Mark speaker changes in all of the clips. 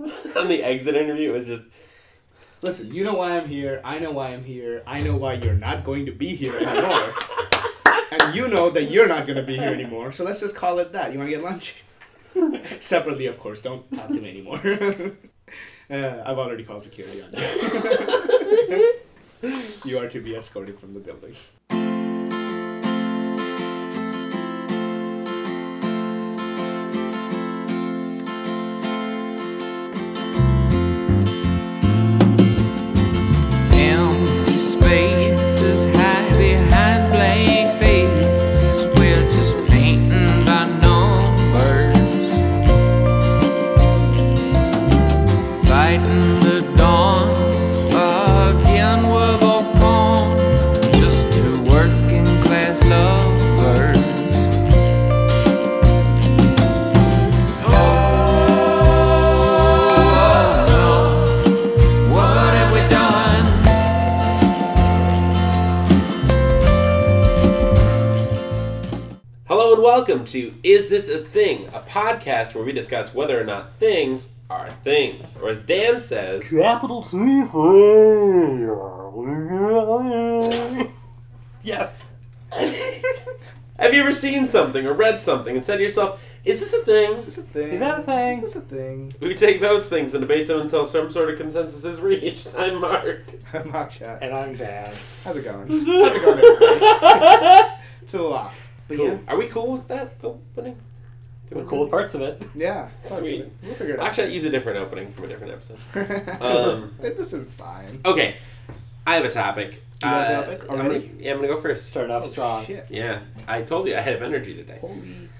Speaker 1: on the exit interview, it was just
Speaker 2: Listen, you know why I'm here. I know why I'm here. I know why you're not going to be here anymore. and you know that you're not going to be here anymore. So let's just call it that. You want to get lunch? Separately, of course. Don't talk to me anymore. uh, I've already called security on you. you are to be escorted from the building.
Speaker 3: Empty spaces hide behind blank faces. We're just painting by numbers, fighting the dawn again. We're both gone, just two working class lovers. Oh, oh, oh, what have we done?
Speaker 1: hello and welcome to Is This a Thing? A podcast where we discuss whether or not things are things, or as Dan says,
Speaker 4: Capital C. Yes.
Speaker 1: Have you ever seen something or read something and said to yourself, Is this a thing?
Speaker 2: Is this a thing?
Speaker 4: Is that a thing?
Speaker 2: Is this a thing?
Speaker 1: We take those things and debate them until some sort of consensus is reached. I'm Mark.
Speaker 2: I'm Akshat.
Speaker 4: And I'm Dan.
Speaker 2: How's it going? How's it going, everybody? It's a little off. But
Speaker 1: Cool.
Speaker 2: yeah,
Speaker 1: Are we cool with that opening? Do
Speaker 4: The
Speaker 1: we-
Speaker 4: cool parts of it.
Speaker 2: yeah. parts of
Speaker 1: Sweet.
Speaker 2: it. We'll figure it out.
Speaker 1: Actually, I'd use a different opening from a different episode. Um,
Speaker 2: Um, this is fine.
Speaker 1: Okay, I have a topic. Uh,
Speaker 2: You have a topic
Speaker 1: I'm
Speaker 2: already?
Speaker 1: gonna- yeah, I'm gonna go first.
Speaker 4: Start off strong.
Speaker 2: Shit.
Speaker 1: Yeah, I told you I have energy today.
Speaker 4: Holy.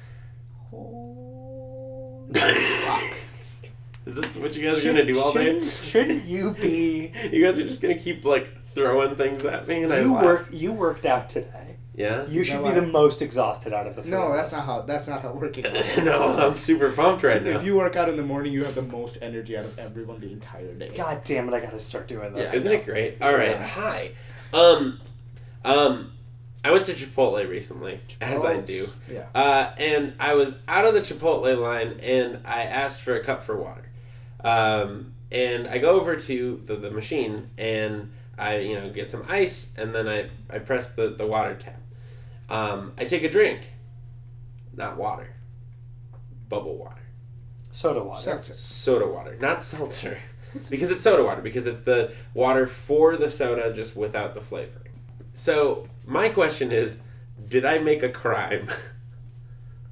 Speaker 1: Is this what you guys are gonna do all day?
Speaker 4: Shouldn't, shouldn't you be?
Speaker 1: You guys are just gonna keep like throwing things at me, and I
Speaker 4: You
Speaker 1: laugh.
Speaker 4: work. You worked out today.
Speaker 1: Yeah.
Speaker 4: You
Speaker 2: Is
Speaker 4: should
Speaker 2: that
Speaker 4: be
Speaker 2: why-
Speaker 4: the most exhausted out of the three.
Speaker 2: No,
Speaker 4: of
Speaker 2: that's
Speaker 4: us.
Speaker 2: not how. That's not how working. works.
Speaker 1: no, I'm super pumped right now.
Speaker 2: If you work out in the morning, you have the most energy out of everyone the entire day.
Speaker 4: God damn it! I gotta start doing this.
Speaker 1: Yeah, isn't it great? All right, hi. Um, um, I went to Chipotle recently, as I do,
Speaker 2: Yeah.
Speaker 1: uh, and I was out of the Chipotle line, and I asked for a cup for water. Um, and I go over to the, the machine, and I you know get some ice, and then I I press the the water tap. Um, I take a drink, not water, bubble water
Speaker 4: Soda water.
Speaker 2: Seltzer.
Speaker 1: soda water, not seltzer, because it's soda water because it's the water for the soda just without the flavoring. So my question is, did I make a crime?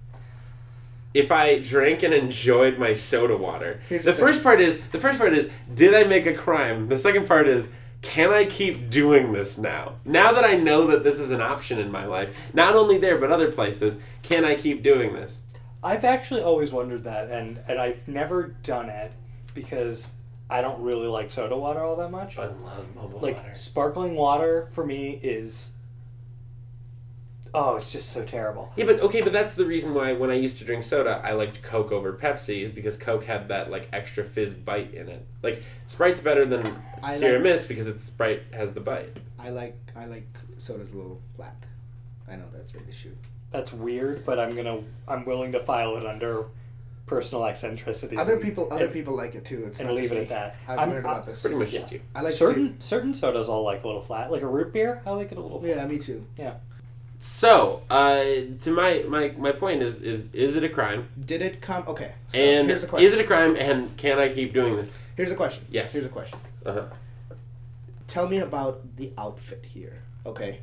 Speaker 1: If I drank and enjoyed my soda water,
Speaker 2: Here's
Speaker 1: the
Speaker 2: the thing.
Speaker 1: first part is the first part is did I make a crime? The second part is can I keep doing this now? Now that I know that this is an option in my life, not only there but other places, can I keep doing this?
Speaker 4: I've actually always wondered that, and and I've never done it because I don't really like soda water all that much.
Speaker 1: I love mobile
Speaker 4: like sparkling water for me is oh, it's just so terrible.
Speaker 1: Yeah, but okay, but that's the reason why when I used to drink soda, I liked Coke over Pepsi, is because Coke had that like extra fizz bite in it. Like Sprite's better than
Speaker 2: I
Speaker 1: Sierra
Speaker 2: like-
Speaker 1: Mist because it's Sprite has the bite.
Speaker 2: I like I like sodas a little flat. I know that's an issue.
Speaker 4: That's weird, but I'm gonna I'm willing to file it under personal eccentricities.
Speaker 2: Other
Speaker 4: and-
Speaker 2: people, other
Speaker 4: and-
Speaker 2: people like it too. It's
Speaker 4: and
Speaker 2: not
Speaker 4: leave
Speaker 2: just
Speaker 4: it
Speaker 2: me.
Speaker 4: at that.
Speaker 2: I've
Speaker 4: I'm-
Speaker 2: learned about
Speaker 4: I'm-
Speaker 2: this.
Speaker 1: Pretty much just you.
Speaker 2: I like
Speaker 4: certain certain sodas I'll like a little flat, like a root beer. I like it a little.
Speaker 2: Soda. Yeah, me too.
Speaker 1: So, uh, to my, my my point is is is it a crime?
Speaker 2: Did it come? Okay. So
Speaker 1: and
Speaker 2: here's a question.
Speaker 1: is it a crime? And can I keep doing this?
Speaker 2: Here's a question.
Speaker 1: Yes.
Speaker 2: Here's a question.
Speaker 1: Uh-huh.
Speaker 2: Tell me about the outfit here. Okay.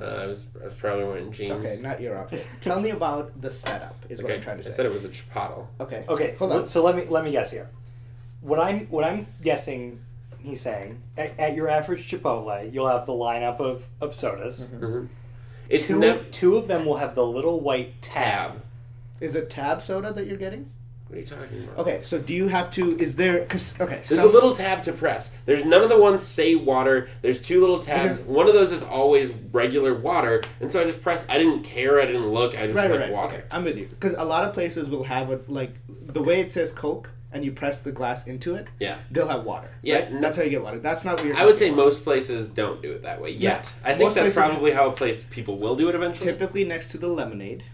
Speaker 1: Uh, I was I was probably wearing jeans.
Speaker 2: Okay, not your outfit. Tell me about the setup. Is what
Speaker 1: Okay,
Speaker 2: I'm trying to
Speaker 1: I
Speaker 2: say.
Speaker 1: said it was a chipotle.
Speaker 2: Okay.
Speaker 4: Okay,
Speaker 2: Hold
Speaker 4: let-
Speaker 2: on.
Speaker 4: so let me let me guess here. What I'm what I'm guessing he's saying at, at your average Chipotle, you'll have the lineup of of sodas.
Speaker 1: Mm-hmm. It's
Speaker 4: Two,
Speaker 1: never
Speaker 4: two of them will have the little white tab.
Speaker 1: tab.
Speaker 2: Is it tab soda that you're getting?
Speaker 1: What are you talking about?
Speaker 2: Okay, so do you have to? Is there? Cause okay,
Speaker 1: There's
Speaker 2: some-
Speaker 1: a little tab to press. There's none of the ones say water. There's two little tabs.
Speaker 2: Because-
Speaker 1: One of those is always regular water, and so I just pressed. I didn't care. I didn't look. I just
Speaker 2: right,
Speaker 1: like
Speaker 2: right, right.
Speaker 1: water.
Speaker 2: Okay, I'm with you. Because a lot of places will have a like the way it says Coke, and you press the glass into it.
Speaker 1: Yeah.
Speaker 2: They'll have water.
Speaker 1: Yeah,
Speaker 2: right?
Speaker 1: no-
Speaker 2: that's how you get water. That's not what you're.
Speaker 1: I would
Speaker 2: talking
Speaker 1: say
Speaker 2: about.
Speaker 1: most places don't do it that way yet. I think
Speaker 2: Most
Speaker 1: that's
Speaker 2: places-
Speaker 1: probably how a place people will do it eventually.
Speaker 2: typically next to the lemonade.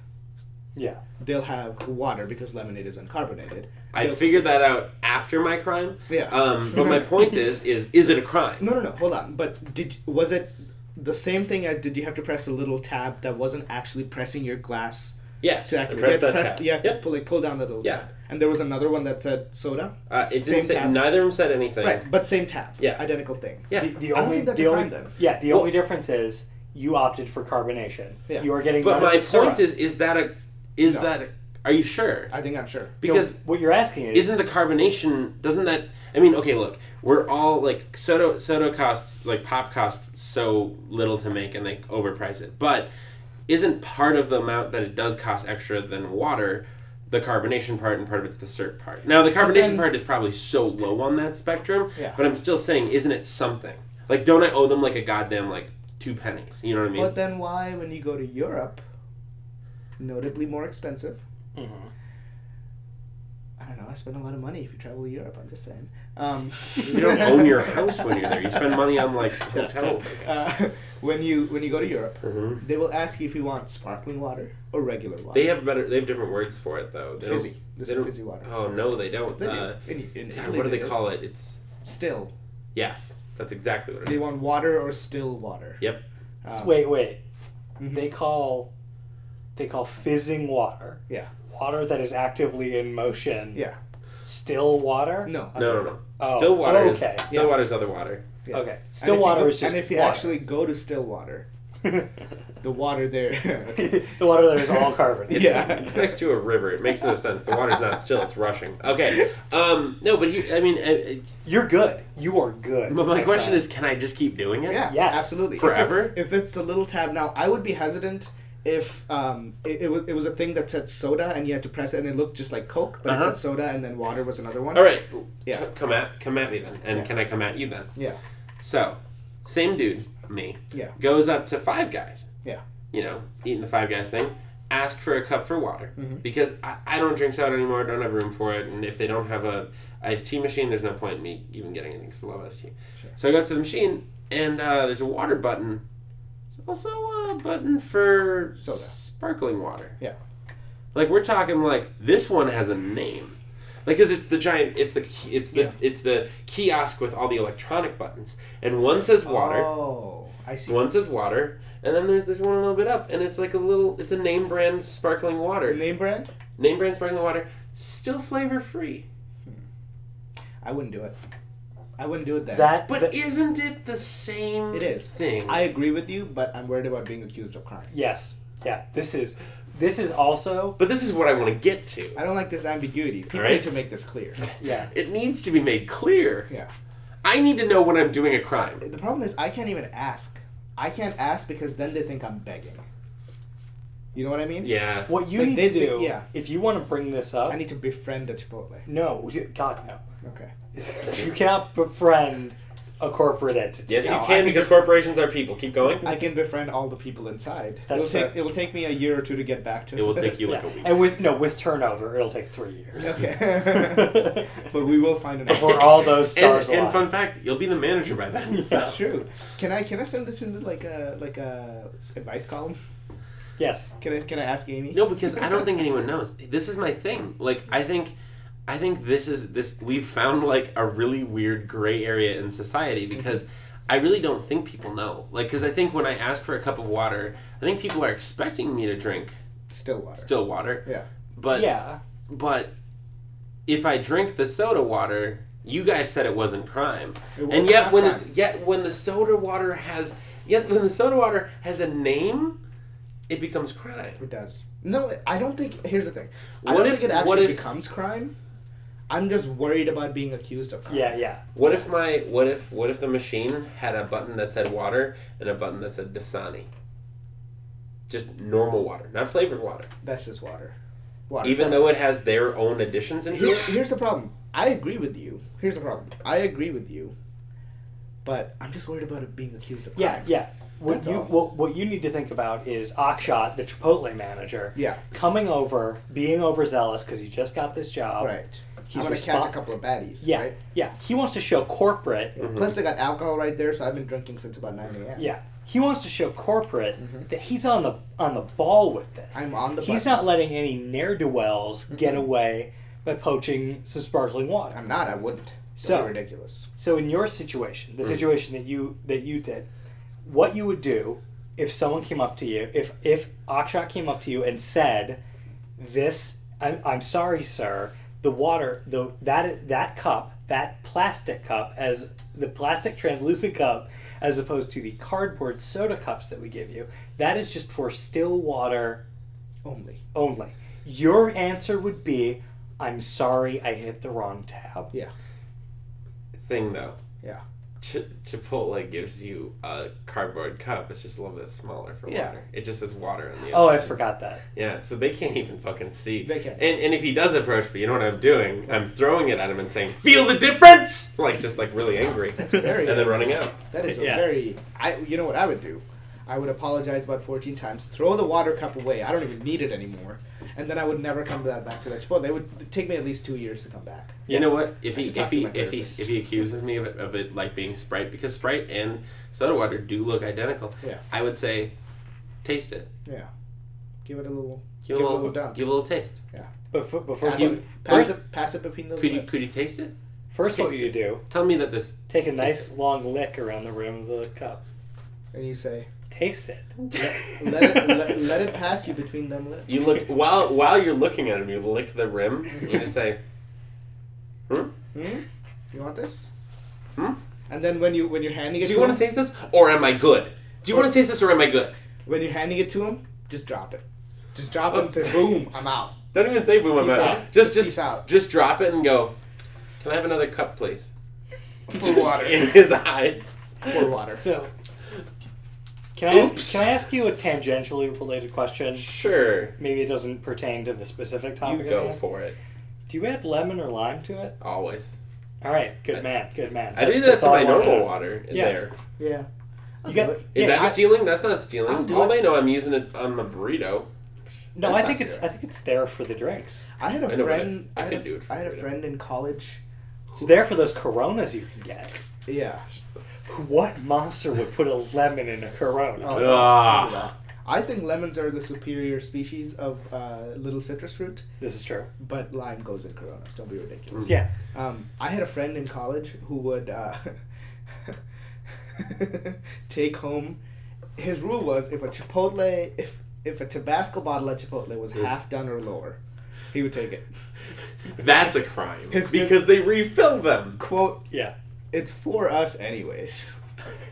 Speaker 4: Yeah.
Speaker 2: they'll have water because lemonade is uncarbonated.
Speaker 1: I
Speaker 2: They'll-
Speaker 1: figured that out after my crime.
Speaker 2: Yeah.
Speaker 1: Um, but my point is, is is it a crime?
Speaker 2: No, no, no. Hold on. But did was it the same thing? As, did you have to press a little tab that wasn't actually pressing your glass
Speaker 1: Yes.
Speaker 2: to
Speaker 1: I
Speaker 2: activate?
Speaker 1: pressed
Speaker 2: you
Speaker 1: that
Speaker 2: had to press-
Speaker 1: tab.
Speaker 2: you had to
Speaker 1: Yep.
Speaker 2: pull, like pull down that little
Speaker 1: Yeah.
Speaker 2: tab. And there was another one that said soda.
Speaker 1: Uh, it
Speaker 2: Same
Speaker 1: didn't say.
Speaker 2: tab.
Speaker 1: Neither of them said anything.
Speaker 2: Right, but same tab.
Speaker 1: Yeah.
Speaker 2: Identical thing.
Speaker 1: Yeah.
Speaker 4: The, the
Speaker 2: I don't
Speaker 4: only,
Speaker 2: think that's
Speaker 4: the
Speaker 2: a crime,
Speaker 4: only,
Speaker 2: then.
Speaker 4: yeah, the
Speaker 1: Well-
Speaker 4: only difference is you opted for carbonation.
Speaker 2: Yeah.
Speaker 4: You are getting.
Speaker 1: But
Speaker 4: none of
Speaker 1: my
Speaker 4: the syrup.
Speaker 1: point is, is that a? Is
Speaker 2: No.
Speaker 1: that? A, are you sure?
Speaker 2: I think I'm sure.
Speaker 4: You know,
Speaker 1: Because
Speaker 4: what you're asking is,
Speaker 1: isn't the carbonation doesn't that i mean okay look we're all like soda soda costs like pop costs so little to make and they overprice it but isn't part of the amount that it does cost extra than water the carbonation part and part of it's the syrup part now the carbonation
Speaker 2: then-
Speaker 1: part is probably so low on that spectrum
Speaker 2: Yeah.
Speaker 1: but i'm still saying isn't it something like don't i owe them like a goddamn like two pennies you know what i mean
Speaker 2: But then why, when you go to Europe, notably more expensive?
Speaker 1: Mm-hmm.
Speaker 2: I don't know. I spend a lot of money if you travel to Europe. I'm just saying. Um,
Speaker 1: you don't own your house when you're there you spend money on like hotels
Speaker 2: Uh, when you when you go to Europe,
Speaker 1: Mhm.
Speaker 2: they will ask you if you want sparkling water or regular water.
Speaker 1: They have better. They have different words for it though. They
Speaker 2: Fizzy.
Speaker 1: Don't,
Speaker 2: There's
Speaker 1: they
Speaker 2: a
Speaker 1: don't-
Speaker 2: fizzy water.
Speaker 1: Oh no, they don't.
Speaker 2: They do.
Speaker 1: uh,
Speaker 2: In- in
Speaker 1: God,
Speaker 2: Italy
Speaker 1: what do they
Speaker 2: do.
Speaker 1: call it? It's
Speaker 2: still.
Speaker 1: yes. That's exactly what it is.
Speaker 2: They want water or still water.
Speaker 1: Yep.
Speaker 2: Um,
Speaker 4: wait, wait.
Speaker 2: Mhm.
Speaker 4: They call, they call fizzing water,
Speaker 2: Yeah.
Speaker 4: water that is actively in motion,
Speaker 2: Yeah.
Speaker 4: still water.
Speaker 2: No.
Speaker 1: No, no, no.
Speaker 4: Oh,
Speaker 1: still water.
Speaker 4: oh,
Speaker 1: is,
Speaker 4: okay.
Speaker 1: Still
Speaker 2: Yeah.
Speaker 1: water is other water.
Speaker 2: Yeah.
Speaker 4: Okay.
Speaker 2: And
Speaker 4: Still
Speaker 2: if you
Speaker 4: water
Speaker 2: go-
Speaker 4: is just
Speaker 2: And if you
Speaker 4: water.
Speaker 2: actually go to Stillwater, the water there.
Speaker 4: the water there is all carbonated.
Speaker 2: yeah.
Speaker 1: It's next to a river. It makes no sense. The water's not still. It's rushing. Okay. Um. No, but he. I mean, I,
Speaker 4: You're good. You are
Speaker 1: I,
Speaker 4: good.
Speaker 1: but my question
Speaker 4: friend.
Speaker 1: is, can I just keep doing it?
Speaker 2: Yeah,
Speaker 4: Yes.
Speaker 2: absolutely. If it-
Speaker 1: Forever?
Speaker 2: If, it's the little tab now, I would be hesitant if um, it, it, was, it was a thing that said soda and you had to press it and it looked just like Coke, but
Speaker 1: Uh-huh.
Speaker 2: it said soda and then water was another one.
Speaker 1: All right.
Speaker 2: Yeah.
Speaker 1: C- come at come at me then, and
Speaker 2: Yeah.
Speaker 1: can I come at you then?
Speaker 2: Yeah.
Speaker 1: So, same dude, me.
Speaker 2: Yeah.
Speaker 1: Goes up to five guys.
Speaker 2: Yeah.
Speaker 1: you know, eating the Five Guys thing, ask for a cup for water
Speaker 2: Mm-hmm.
Speaker 1: because I, I don't drink soda anymore. Don't have room for it, and if they don't have a iced tea machine, there's no point in me even getting anything because I love iced tea. So I go up to the machine, and uh, there's a water button. There's also a button for
Speaker 2: Soda.
Speaker 1: sparkling water.
Speaker 2: Yeah.
Speaker 1: Like we're talking like this one has a name. Like, cause it's the giant, it's the it's the
Speaker 2: Yeah.
Speaker 1: it's the kiosk with all the electronic buttons, and one says water,
Speaker 2: Oh, I see.
Speaker 1: one says water, and then there's there's one a little bit up, and it's like a little it's a name brand sparkling water.
Speaker 2: Name brand?
Speaker 1: Name brand sparkling water, still flavor free.
Speaker 2: I wouldn't do it. I wouldn't do it then.
Speaker 4: that.
Speaker 1: But
Speaker 4: that-
Speaker 1: isn't it the same
Speaker 2: It is.
Speaker 1: thing?
Speaker 2: I agree with you, but I'm worried about being accused of crime.
Speaker 4: yes, yeah. This is this is also
Speaker 1: but this is what I want to get to.
Speaker 2: I don't like this ambiguity. People
Speaker 1: Right.
Speaker 2: need to make this clear.
Speaker 4: yeah.
Speaker 1: It needs to be made clear.
Speaker 2: yeah.
Speaker 1: I need to know when I'm doing a crime.
Speaker 2: The problem is I can't even ask. I can't ask because then they think I'm begging. You know what I mean?
Speaker 1: Yeah.
Speaker 4: What you
Speaker 2: Like,
Speaker 4: need
Speaker 2: they
Speaker 4: to
Speaker 2: think-
Speaker 4: do,
Speaker 2: yeah.
Speaker 4: if you want to bring this up,
Speaker 2: I need to befriend a Chipotle.
Speaker 4: no, God no.
Speaker 2: Okay.
Speaker 4: you cannot befriend a corporate entity.
Speaker 1: Yes,
Speaker 2: No,
Speaker 1: you
Speaker 2: I
Speaker 1: can
Speaker 2: think
Speaker 1: because corporations are people. Keep going.
Speaker 2: I can befriend all the people inside.
Speaker 4: That's
Speaker 2: it'll take
Speaker 4: fair.
Speaker 2: it'll take me a year or two to get back to.
Speaker 1: It will take you like
Speaker 4: Yeah.
Speaker 1: a week.
Speaker 4: And with no, with turnover, it'll take three years
Speaker 2: okay. but we will find an
Speaker 4: before all those stars
Speaker 1: and, and
Speaker 4: align.
Speaker 1: fun fact, you'll be the manager by then. So.
Speaker 2: That's true. Can I can I send this into like a like a advice column?
Speaker 4: yes,
Speaker 2: Can I can I ask Amy?
Speaker 1: No, because I don't think anyone knows. This is my thing. Like I think I think this is this we've found like a really weird gray area in society
Speaker 2: Mm-hmm.
Speaker 1: because I really don't think people know. Like cuz I think when I ask for a cup of water, I think people are expecting me to drink
Speaker 2: Still water.
Speaker 1: still water.
Speaker 2: Yeah.
Speaker 1: But
Speaker 4: yeah,
Speaker 1: but if I drink the soda water, you guys said it wasn't crime.
Speaker 2: It was
Speaker 1: and yet
Speaker 2: not
Speaker 1: when
Speaker 2: crime.
Speaker 1: it, yet when the soda water has yet when the soda water has a name, it becomes crime.
Speaker 2: It does. No, I don't think. Here's the thing. I
Speaker 1: What
Speaker 2: don't
Speaker 1: if-
Speaker 2: think it
Speaker 1: what
Speaker 2: actually
Speaker 1: if-
Speaker 2: becomes crime. I'm just worried about being accused of crime.
Speaker 4: yeah, yeah.
Speaker 1: What if my what if what if the machine had a button that said water and a button that said Dasani? Just normal water, not flavored water.
Speaker 2: That's just water. Water.
Speaker 1: Even
Speaker 2: That's-
Speaker 1: though it has their own additions in
Speaker 2: Here-
Speaker 1: it.
Speaker 2: here's the problem. I agree with you. Here's the problem. I agree with you, but I'm just worried about it being accused of crime.
Speaker 4: Yeah, yeah. What
Speaker 2: That's
Speaker 4: you
Speaker 2: all.
Speaker 4: what, what you need to think about is Akshat, the Chipotle manager,
Speaker 2: Yeah.
Speaker 4: coming over, being overzealous because he just got this job,
Speaker 2: Right. I
Speaker 4: he's
Speaker 2: want to
Speaker 4: respon-
Speaker 2: catch a couple of baddies.
Speaker 4: Yeah,
Speaker 2: Right?
Speaker 4: yeah. He wants to show corporate
Speaker 1: Mm-hmm.
Speaker 2: Plus, they got alcohol right there, so I've been drinking since about 9 a.m.
Speaker 4: Yeah, he wants to show corporate that he's on the on the ball with this.
Speaker 2: Mm-hmm. I'm on the
Speaker 4: He's
Speaker 2: button. Mm-hmm.
Speaker 4: not letting any ne'er do wells get away by poaching some sparkling water.
Speaker 2: I'm not. I wouldn't.
Speaker 4: So-
Speaker 2: So ridiculous.
Speaker 4: So in your situation, the situation that you that you did, what you would do if someone came up to you, if if Akshat came up to you and said, "This, I'm, I'm sorry, sir, the water, the that that cup, that plastic cup, as the plastic translucent cup, as opposed to the cardboard soda cups that we give you, that is just for still water
Speaker 2: Only.
Speaker 4: only." Your answer would be, "I'm sorry, I hit the wrong tab."
Speaker 2: Yeah.
Speaker 1: Thing though,
Speaker 2: Yeah.
Speaker 1: Ch- Chipotle gives you a cardboard cup. It's just a little bit smaller for
Speaker 2: Yeah.
Speaker 1: water. It just says water on the.
Speaker 4: Oh, I
Speaker 1: outside.
Speaker 4: forgot that.
Speaker 1: Yeah, so they can't even fucking see.
Speaker 2: They can't.
Speaker 1: And, and if he does approach me, you know what I'm doing? I'm throwing it at him and saying, "Feel the difference!" Like just like really angry,
Speaker 2: very-
Speaker 1: and then running out.
Speaker 2: That is a
Speaker 4: Yeah.
Speaker 2: very. I. You know what I would do? I would apologize about 14 times, throw the water cup away. I don't even need it anymore, and then I would never come that back to that spot. They would it'd take me at least two years to come back.
Speaker 1: You know what? If
Speaker 2: I
Speaker 1: he
Speaker 2: should talk
Speaker 1: if
Speaker 2: to
Speaker 1: he
Speaker 2: my
Speaker 1: if he
Speaker 2: therapist.
Speaker 1: if he accuses me of it, of it like being Sprite because Sprite and soda water do look identical,
Speaker 2: Yeah.
Speaker 1: I would say, taste it.
Speaker 2: Yeah. Give it a little.
Speaker 1: Give, a little
Speaker 2: dunk.
Speaker 1: give a little taste.
Speaker 4: Before, before
Speaker 2: Pass,
Speaker 1: you-
Speaker 2: it, pass, it, pass it between those
Speaker 1: Could you
Speaker 2: lips.
Speaker 1: could you taste it?
Speaker 4: First, what
Speaker 1: Taste
Speaker 4: you
Speaker 1: it.
Speaker 4: do,
Speaker 1: Tell me that this
Speaker 4: take a
Speaker 1: Taste
Speaker 4: nice long lick around the rim of the cup.
Speaker 2: and you say,
Speaker 4: Taste it.
Speaker 2: let it, let, let it pass you between them lips.
Speaker 1: You look while while you're looking at him, you lick the rim. and You just say, "Hmm?
Speaker 2: Hmm? You want this?
Speaker 1: Hmm?
Speaker 2: And then when you when you're handing it
Speaker 1: Do
Speaker 2: to
Speaker 1: you want
Speaker 2: him,
Speaker 1: to taste this, or am I good? Do you want to taste this, or am I good?
Speaker 2: when you're handing it to him, just drop it. Just drop it and say,
Speaker 1: Oh.
Speaker 2: "Boom, I'm out."
Speaker 1: Don't even say boom. I'm
Speaker 2: Peace
Speaker 1: out.
Speaker 2: out.
Speaker 1: Just just
Speaker 2: Peace out.
Speaker 1: just drop it and go. Can I have another cup, please?
Speaker 2: For
Speaker 1: Just
Speaker 2: water.
Speaker 1: in his eyes.
Speaker 2: For water.
Speaker 4: So, can I, ask,
Speaker 1: Oops.
Speaker 4: can I ask you a tangentially related question?
Speaker 1: Sure,
Speaker 4: Maybe it doesn't pertain to the specific
Speaker 1: you
Speaker 4: topic. at
Speaker 1: go
Speaker 4: hand.
Speaker 1: for it
Speaker 4: Do you add lemon or lime to it?
Speaker 1: always.
Speaker 4: All right, good
Speaker 1: I-
Speaker 4: man, good man.
Speaker 1: I do that
Speaker 4: that's
Speaker 1: to
Speaker 4: all
Speaker 1: my
Speaker 4: wanted
Speaker 1: normal water in
Speaker 4: Yeah.
Speaker 1: there.
Speaker 2: Yeah. I'll do
Speaker 4: You got-
Speaker 2: it.
Speaker 1: Is
Speaker 4: Yeah,
Speaker 1: that
Speaker 4: I-
Speaker 1: stealing? That's not stealing.
Speaker 2: I'll do
Speaker 1: All
Speaker 2: it.
Speaker 1: they know, I'm using it on my burrito.
Speaker 4: No,
Speaker 2: That's
Speaker 4: I think
Speaker 2: not
Speaker 4: it's I
Speaker 2: zero.
Speaker 4: think it's there for the drinks.
Speaker 2: I had a
Speaker 1: I know, but I-
Speaker 2: friend.
Speaker 1: I
Speaker 2: I, had
Speaker 1: could do
Speaker 2: a,
Speaker 1: it for
Speaker 2: I had a
Speaker 1: free.
Speaker 2: friend in college.
Speaker 4: It's there for those Coronas you can get.
Speaker 2: Yeah.
Speaker 4: What monster would put a lemon in a Corona?
Speaker 2: Oh,
Speaker 1: Ah.
Speaker 2: yeah. I think lemons are the superior species of uh, little citrus fruit,
Speaker 4: This is true.
Speaker 2: but lime goes in Coronas. Don't be ridiculous.
Speaker 4: Yeah.
Speaker 1: Mm.
Speaker 2: Um, I had a friend in college who would uh, take home. His rule was if a Chipotle, if if a Tabasco bottle at Chipotle was half done or lower, he would take it.
Speaker 1: That's a crime
Speaker 2: His-
Speaker 1: because they refill them.
Speaker 2: "Quote:
Speaker 4: Yeah.
Speaker 2: It's for us, anyways.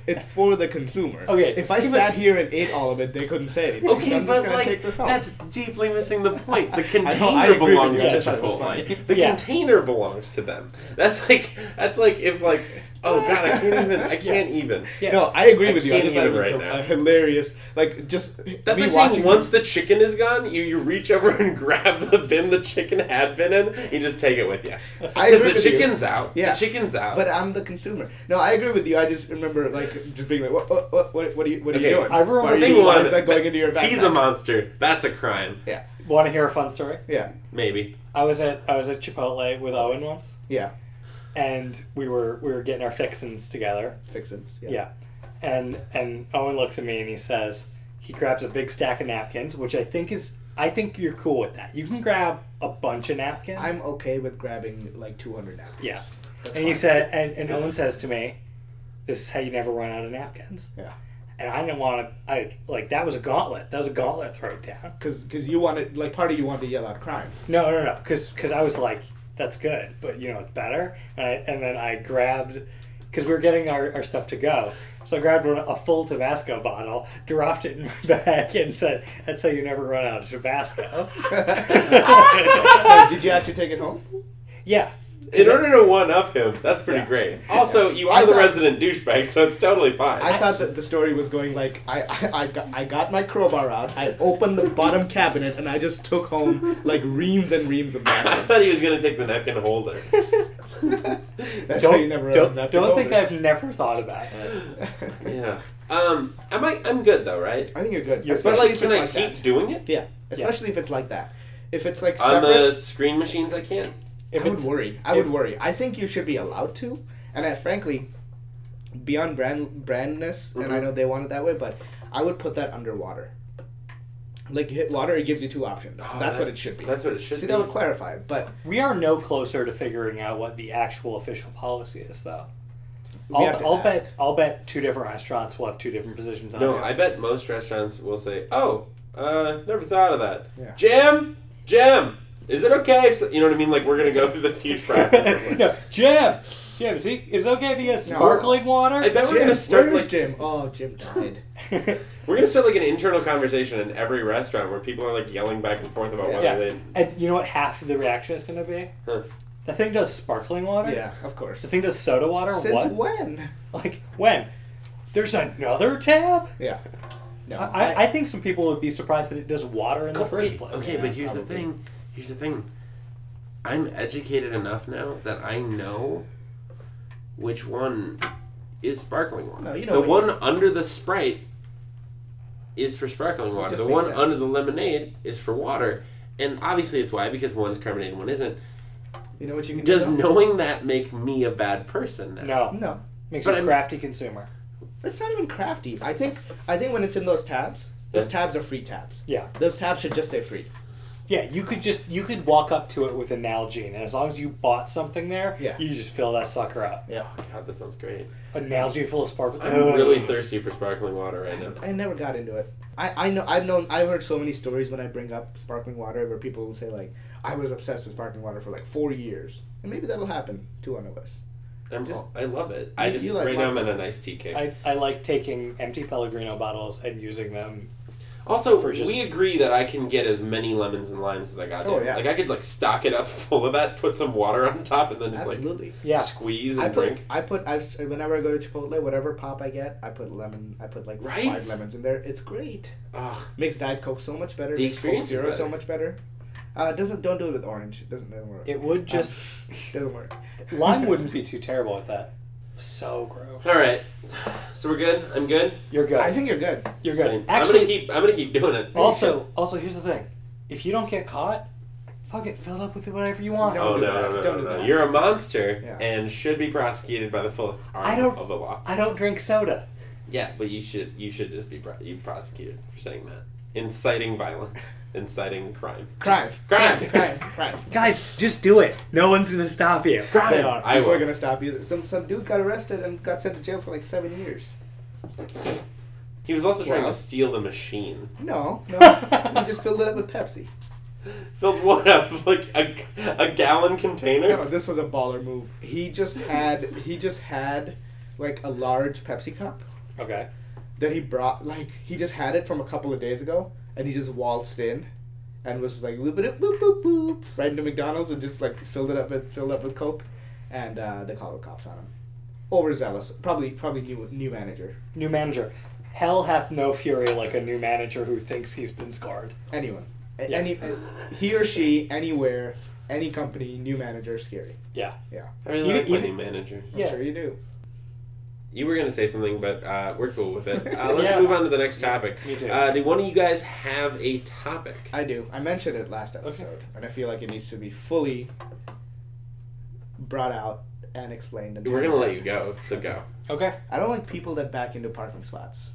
Speaker 2: It's for the consumer.
Speaker 4: Okay,
Speaker 2: If I
Speaker 4: see, but-
Speaker 2: sat here and ate all of it, they couldn't say anything. so
Speaker 1: Okay,
Speaker 2: I'm just
Speaker 1: but
Speaker 2: gonna
Speaker 1: like
Speaker 2: take this home.
Speaker 1: that's deeply missing the point. The
Speaker 2: I know, I
Speaker 1: container
Speaker 2: agree with
Speaker 1: belongs to
Speaker 2: you.
Speaker 4: I just thought it was
Speaker 2: funny.
Speaker 1: Chipotle. The
Speaker 4: Yeah.
Speaker 1: container belongs to them. That's like that's like if like oh god I can't even I can't even.
Speaker 4: Yeah.
Speaker 2: No, I agree
Speaker 1: I
Speaker 2: with you. I
Speaker 1: can't
Speaker 2: just thought it
Speaker 1: even
Speaker 2: was
Speaker 1: right
Speaker 2: a,
Speaker 1: now.
Speaker 2: a hilarious, like just
Speaker 1: That's
Speaker 2: me
Speaker 1: like
Speaker 2: watching.
Speaker 1: saying once the chicken is gone, you, you reach over and grab the bin the chicken had been in, and you just take it with you.
Speaker 2: I
Speaker 1: Because
Speaker 2: agree
Speaker 1: the
Speaker 2: with you.
Speaker 1: chicken's out.
Speaker 2: Yeah.
Speaker 1: The chicken's out.
Speaker 2: But I'm the consumer. No, I agree with you. I just remember like just being like, what, what, what, what, what are you, what are
Speaker 1: Okay,
Speaker 2: you doing?
Speaker 4: I remember
Speaker 2: Why are
Speaker 1: Thing
Speaker 2: you, why
Speaker 1: one,
Speaker 2: is that going into your backpack?
Speaker 1: he's a monster. That's a crime.
Speaker 2: yeah,
Speaker 4: Want to hear a fun story?
Speaker 2: yeah,
Speaker 1: Maybe.
Speaker 4: I was at I was at Chipotle with Owen once,
Speaker 2: yeah.
Speaker 4: and we were we were getting our fixins together.
Speaker 2: Fixins. Yeah.
Speaker 4: Yeah, and and Owen looks at me and he says he grabs a big stack of napkins, which I think is I think you're cool with that. You can grab a bunch of napkins.
Speaker 2: I'm okay with grabbing like 200 now.
Speaker 4: yeah, and he said and, and Owen says to me, "This is how you never run out of napkins."
Speaker 2: Yeah.
Speaker 4: And I didn't want to. I like that was a gauntlet. That was a gauntlet throwdown.
Speaker 2: Because because you wanted like part of you wanted to yell out crime.
Speaker 4: No, no, no, because I was like, that's good, but you know it's better. And I, and then I grabbed because we were getting our, our stuff to go, so I grabbed one, a full Tabasco bottle, dropped it in my bag, and said, "That's how you never run out of Tabasco."
Speaker 2: Oh. No, did you actually take it home?
Speaker 4: yeah,
Speaker 1: In order to one up him, that's pretty
Speaker 2: Yeah.
Speaker 1: great. Also, you
Speaker 2: I
Speaker 1: are the
Speaker 2: thought-
Speaker 1: resident douchebag, so it's totally fine.
Speaker 2: I thought that the story was going like I, I, I, got, I got my crowbar out, I opened the bottom cabinet, and I just took home like reams and reams of
Speaker 1: I
Speaker 2: napkins.
Speaker 1: thought he was gonna take the napkin holder.
Speaker 2: That's how you
Speaker 4: don't
Speaker 2: never
Speaker 4: don't,
Speaker 2: have to
Speaker 4: don't
Speaker 2: go
Speaker 4: think
Speaker 2: there.
Speaker 4: I've never thought about it.
Speaker 1: yeah. Um. Am I? I'm good though, right?
Speaker 2: I think you're good,
Speaker 4: You're-
Speaker 1: But
Speaker 2: especially
Speaker 1: like,
Speaker 2: if
Speaker 1: can
Speaker 2: it's
Speaker 1: I
Speaker 2: like
Speaker 1: keep
Speaker 2: that.
Speaker 1: doing it
Speaker 2: Yeah, especially if it's like that. If it's like
Speaker 1: on
Speaker 2: separate,
Speaker 1: the screen machines? I can't.
Speaker 4: If
Speaker 2: I would
Speaker 4: it's-
Speaker 2: worry. I
Speaker 4: if-
Speaker 2: would worry. I think you should be allowed to, and I frankly, beyond brand brandness, and I know they want it that way, but I would put that underwater. Like you hit water, it gives you two options.
Speaker 1: Oh,
Speaker 2: that's
Speaker 1: that-
Speaker 2: what it should be.
Speaker 1: That's what it should
Speaker 2: See,
Speaker 1: be.
Speaker 2: that would clarify it, but
Speaker 4: We are no closer to figuring out what the actual official policy is, though.
Speaker 2: We have
Speaker 4: I'll,
Speaker 2: to
Speaker 4: I'll
Speaker 2: ask.
Speaker 4: bet. I'll bet two different restaurants will have two different positions on
Speaker 1: No,
Speaker 4: it.
Speaker 1: I bet most restaurants will say, "Oh, uh, never thought of that."
Speaker 2: Yeah.
Speaker 1: Jim, Jim, is it okay? If, so-" you know what I mean? Like we're gonna go through this huge process. Of, like,
Speaker 4: no, Jim. Jim, see, is it okay if you get
Speaker 2: No.
Speaker 4: sparkling water?
Speaker 1: I bet we're
Speaker 2: Jim,
Speaker 1: gonna start
Speaker 2: where is
Speaker 1: like
Speaker 2: Jim? Oh, Jim died.
Speaker 1: we're gonna start like an internal conversation in every restaurant where people are like yelling back and forth about whether
Speaker 4: yeah,
Speaker 1: they.
Speaker 4: and you know what? Half of the reaction is going to be
Speaker 1: Huh.
Speaker 4: the thing does sparkling water.
Speaker 2: yeah, of course.
Speaker 4: The thing does soda water.
Speaker 2: Since
Speaker 4: what?
Speaker 2: when?
Speaker 4: Like when? There's another tab.
Speaker 2: Yeah. No.
Speaker 4: I, I, I think some people would be surprised that it does water in the first place.
Speaker 1: Okay, but here's the
Speaker 2: probably.
Speaker 1: thing. Here's the thing. I'm educated enough now that I know which one is sparkling water.
Speaker 2: No, you know
Speaker 1: the
Speaker 2: what
Speaker 1: one under the Sprite is for sparkling water.
Speaker 2: just
Speaker 1: The
Speaker 2: makes
Speaker 1: one
Speaker 2: sense.
Speaker 1: under the lemonade is for water. And obviously it's why because one's carbonated and one isn't.
Speaker 2: you know what you can
Speaker 1: Does
Speaker 2: do?
Speaker 1: knowing that make me a bad person now?
Speaker 4: No,
Speaker 2: No.
Speaker 4: makes
Speaker 1: But
Speaker 4: you a
Speaker 1: I'm-
Speaker 4: crafty consumer.
Speaker 2: It's not even crafty. I think I think when it's in those tabs, those
Speaker 1: Yeah.
Speaker 2: tabs are free tabs.
Speaker 4: Yeah,
Speaker 2: Those tabs should just say free.
Speaker 4: yeah. You could just you could walk up to it with an Nalgene, and as long as you bought something there,
Speaker 2: Yeah.
Speaker 4: you just fill that sucker up.
Speaker 2: Yeah.
Speaker 1: Oh god, that sounds great.
Speaker 4: A Nalgene full of sparkling.
Speaker 1: I'm really thirsty for sparkling water right now.
Speaker 2: I never got into it. I, I know I've known I've heard so many stories when I bring up sparkling water where people will say like I was obsessed with sparkling water for like four years and maybe that'll happen to one of us.
Speaker 1: I'm
Speaker 2: Just-
Speaker 1: I love it. I
Speaker 2: You-
Speaker 1: just
Speaker 2: you like
Speaker 1: right now I'm on a
Speaker 2: Marco.
Speaker 1: nice tea cake.
Speaker 4: I, I like taking empty Pellegrino bottles and using them.
Speaker 1: Also,
Speaker 4: For just-
Speaker 1: we agree that I can get as many lemons and limes as I got.
Speaker 2: Oh,
Speaker 1: there.
Speaker 2: yeah.
Speaker 1: Like I could like stock it up full of that, put some water on top, and then just
Speaker 2: Absolutely.
Speaker 1: like
Speaker 4: Yeah.
Speaker 1: squeeze and
Speaker 2: I put
Speaker 1: drink.
Speaker 2: I put I've s- whenever I go to Chipotle whatever pop I get I put lemon I put like
Speaker 1: Right?
Speaker 2: five lemons in there it's great
Speaker 1: Ah,
Speaker 2: makes diet coke so much better
Speaker 1: The
Speaker 2: makes Coke
Speaker 1: experience is
Speaker 2: zero so
Speaker 1: better.
Speaker 2: much better uh, doesn't don't do it with orange it doesn't, doesn't work Um,
Speaker 4: It would just
Speaker 2: doesn't work
Speaker 4: lime wouldn't be too terrible at that. So gross.
Speaker 1: all right. So we're good. I'm good.
Speaker 4: You're good.
Speaker 2: I think you're good
Speaker 4: You're good.
Speaker 1: Same.
Speaker 4: Actually,
Speaker 1: I'm gonna keep. I'm gonna keep doing it.
Speaker 4: also, also here's the thing: if you don't get caught, fuck it, fill it up with whatever you want.
Speaker 2: No.
Speaker 1: Oh
Speaker 2: Don't do
Speaker 1: no,
Speaker 2: that.
Speaker 1: no, no,
Speaker 2: Don't
Speaker 1: no,
Speaker 2: do
Speaker 1: no.
Speaker 2: that.
Speaker 1: You're a monster
Speaker 2: Yeah.
Speaker 1: and should be prosecuted by the fullest arm
Speaker 4: I don't-
Speaker 1: of the law.
Speaker 4: I don't drink soda.
Speaker 1: Yeah, but you should. You should just be pro- you prosecuted for saying that, inciting violence, inciting crime,
Speaker 2: crime
Speaker 1: crime.
Speaker 2: crime crime
Speaker 4: Guys, just do it. No one's gonna stop you.
Speaker 2: They
Speaker 1: Crime.
Speaker 2: are.
Speaker 1: I
Speaker 2: People are
Speaker 1: will.
Speaker 2: gonna stop you. Some some dude got arrested and got sent to jail for like seven years.
Speaker 1: He was also trying
Speaker 2: Wow.
Speaker 1: to steal the machine.
Speaker 2: No, no. he just filled it up with Pepsi.
Speaker 1: Filled what up? Like a, a gallon container?
Speaker 2: No, this was a baller move. He just had he just had like a large Pepsi cup
Speaker 4: Okay.
Speaker 2: that he brought. Like he just had it from a couple of days ago, and he just waltzed in. And was like boop boop boop boop boop right into McDonald's and just like filled it up with filled up with Coke, and uh, they called the cops on him. Overzealous, probably probably new new manager.
Speaker 4: New manager. Hell hath no fury like a new manager who thinks he's been scarred.
Speaker 2: Anyone. A-
Speaker 4: Yeah.
Speaker 2: Any, a- he or she, anywhere, any company, new manager, scary.
Speaker 4: Yeah.
Speaker 2: Yeah.
Speaker 1: I really
Speaker 4: You-
Speaker 1: like my
Speaker 4: you-
Speaker 1: new manager.
Speaker 2: I'm
Speaker 4: Yeah.
Speaker 2: sure you do.
Speaker 1: You were going to say something, but uh, we're cool with it. Uh, let's
Speaker 4: Yeah.
Speaker 1: move on to the next topic.
Speaker 4: me too.
Speaker 1: Uh, do one of you guys have a topic?
Speaker 2: I do. I mentioned it last episode, and I feel like it needs to be fully brought out and explained. And
Speaker 1: We're going to let you go, so go.
Speaker 4: Okay.
Speaker 2: I don't like people that back into parking spots.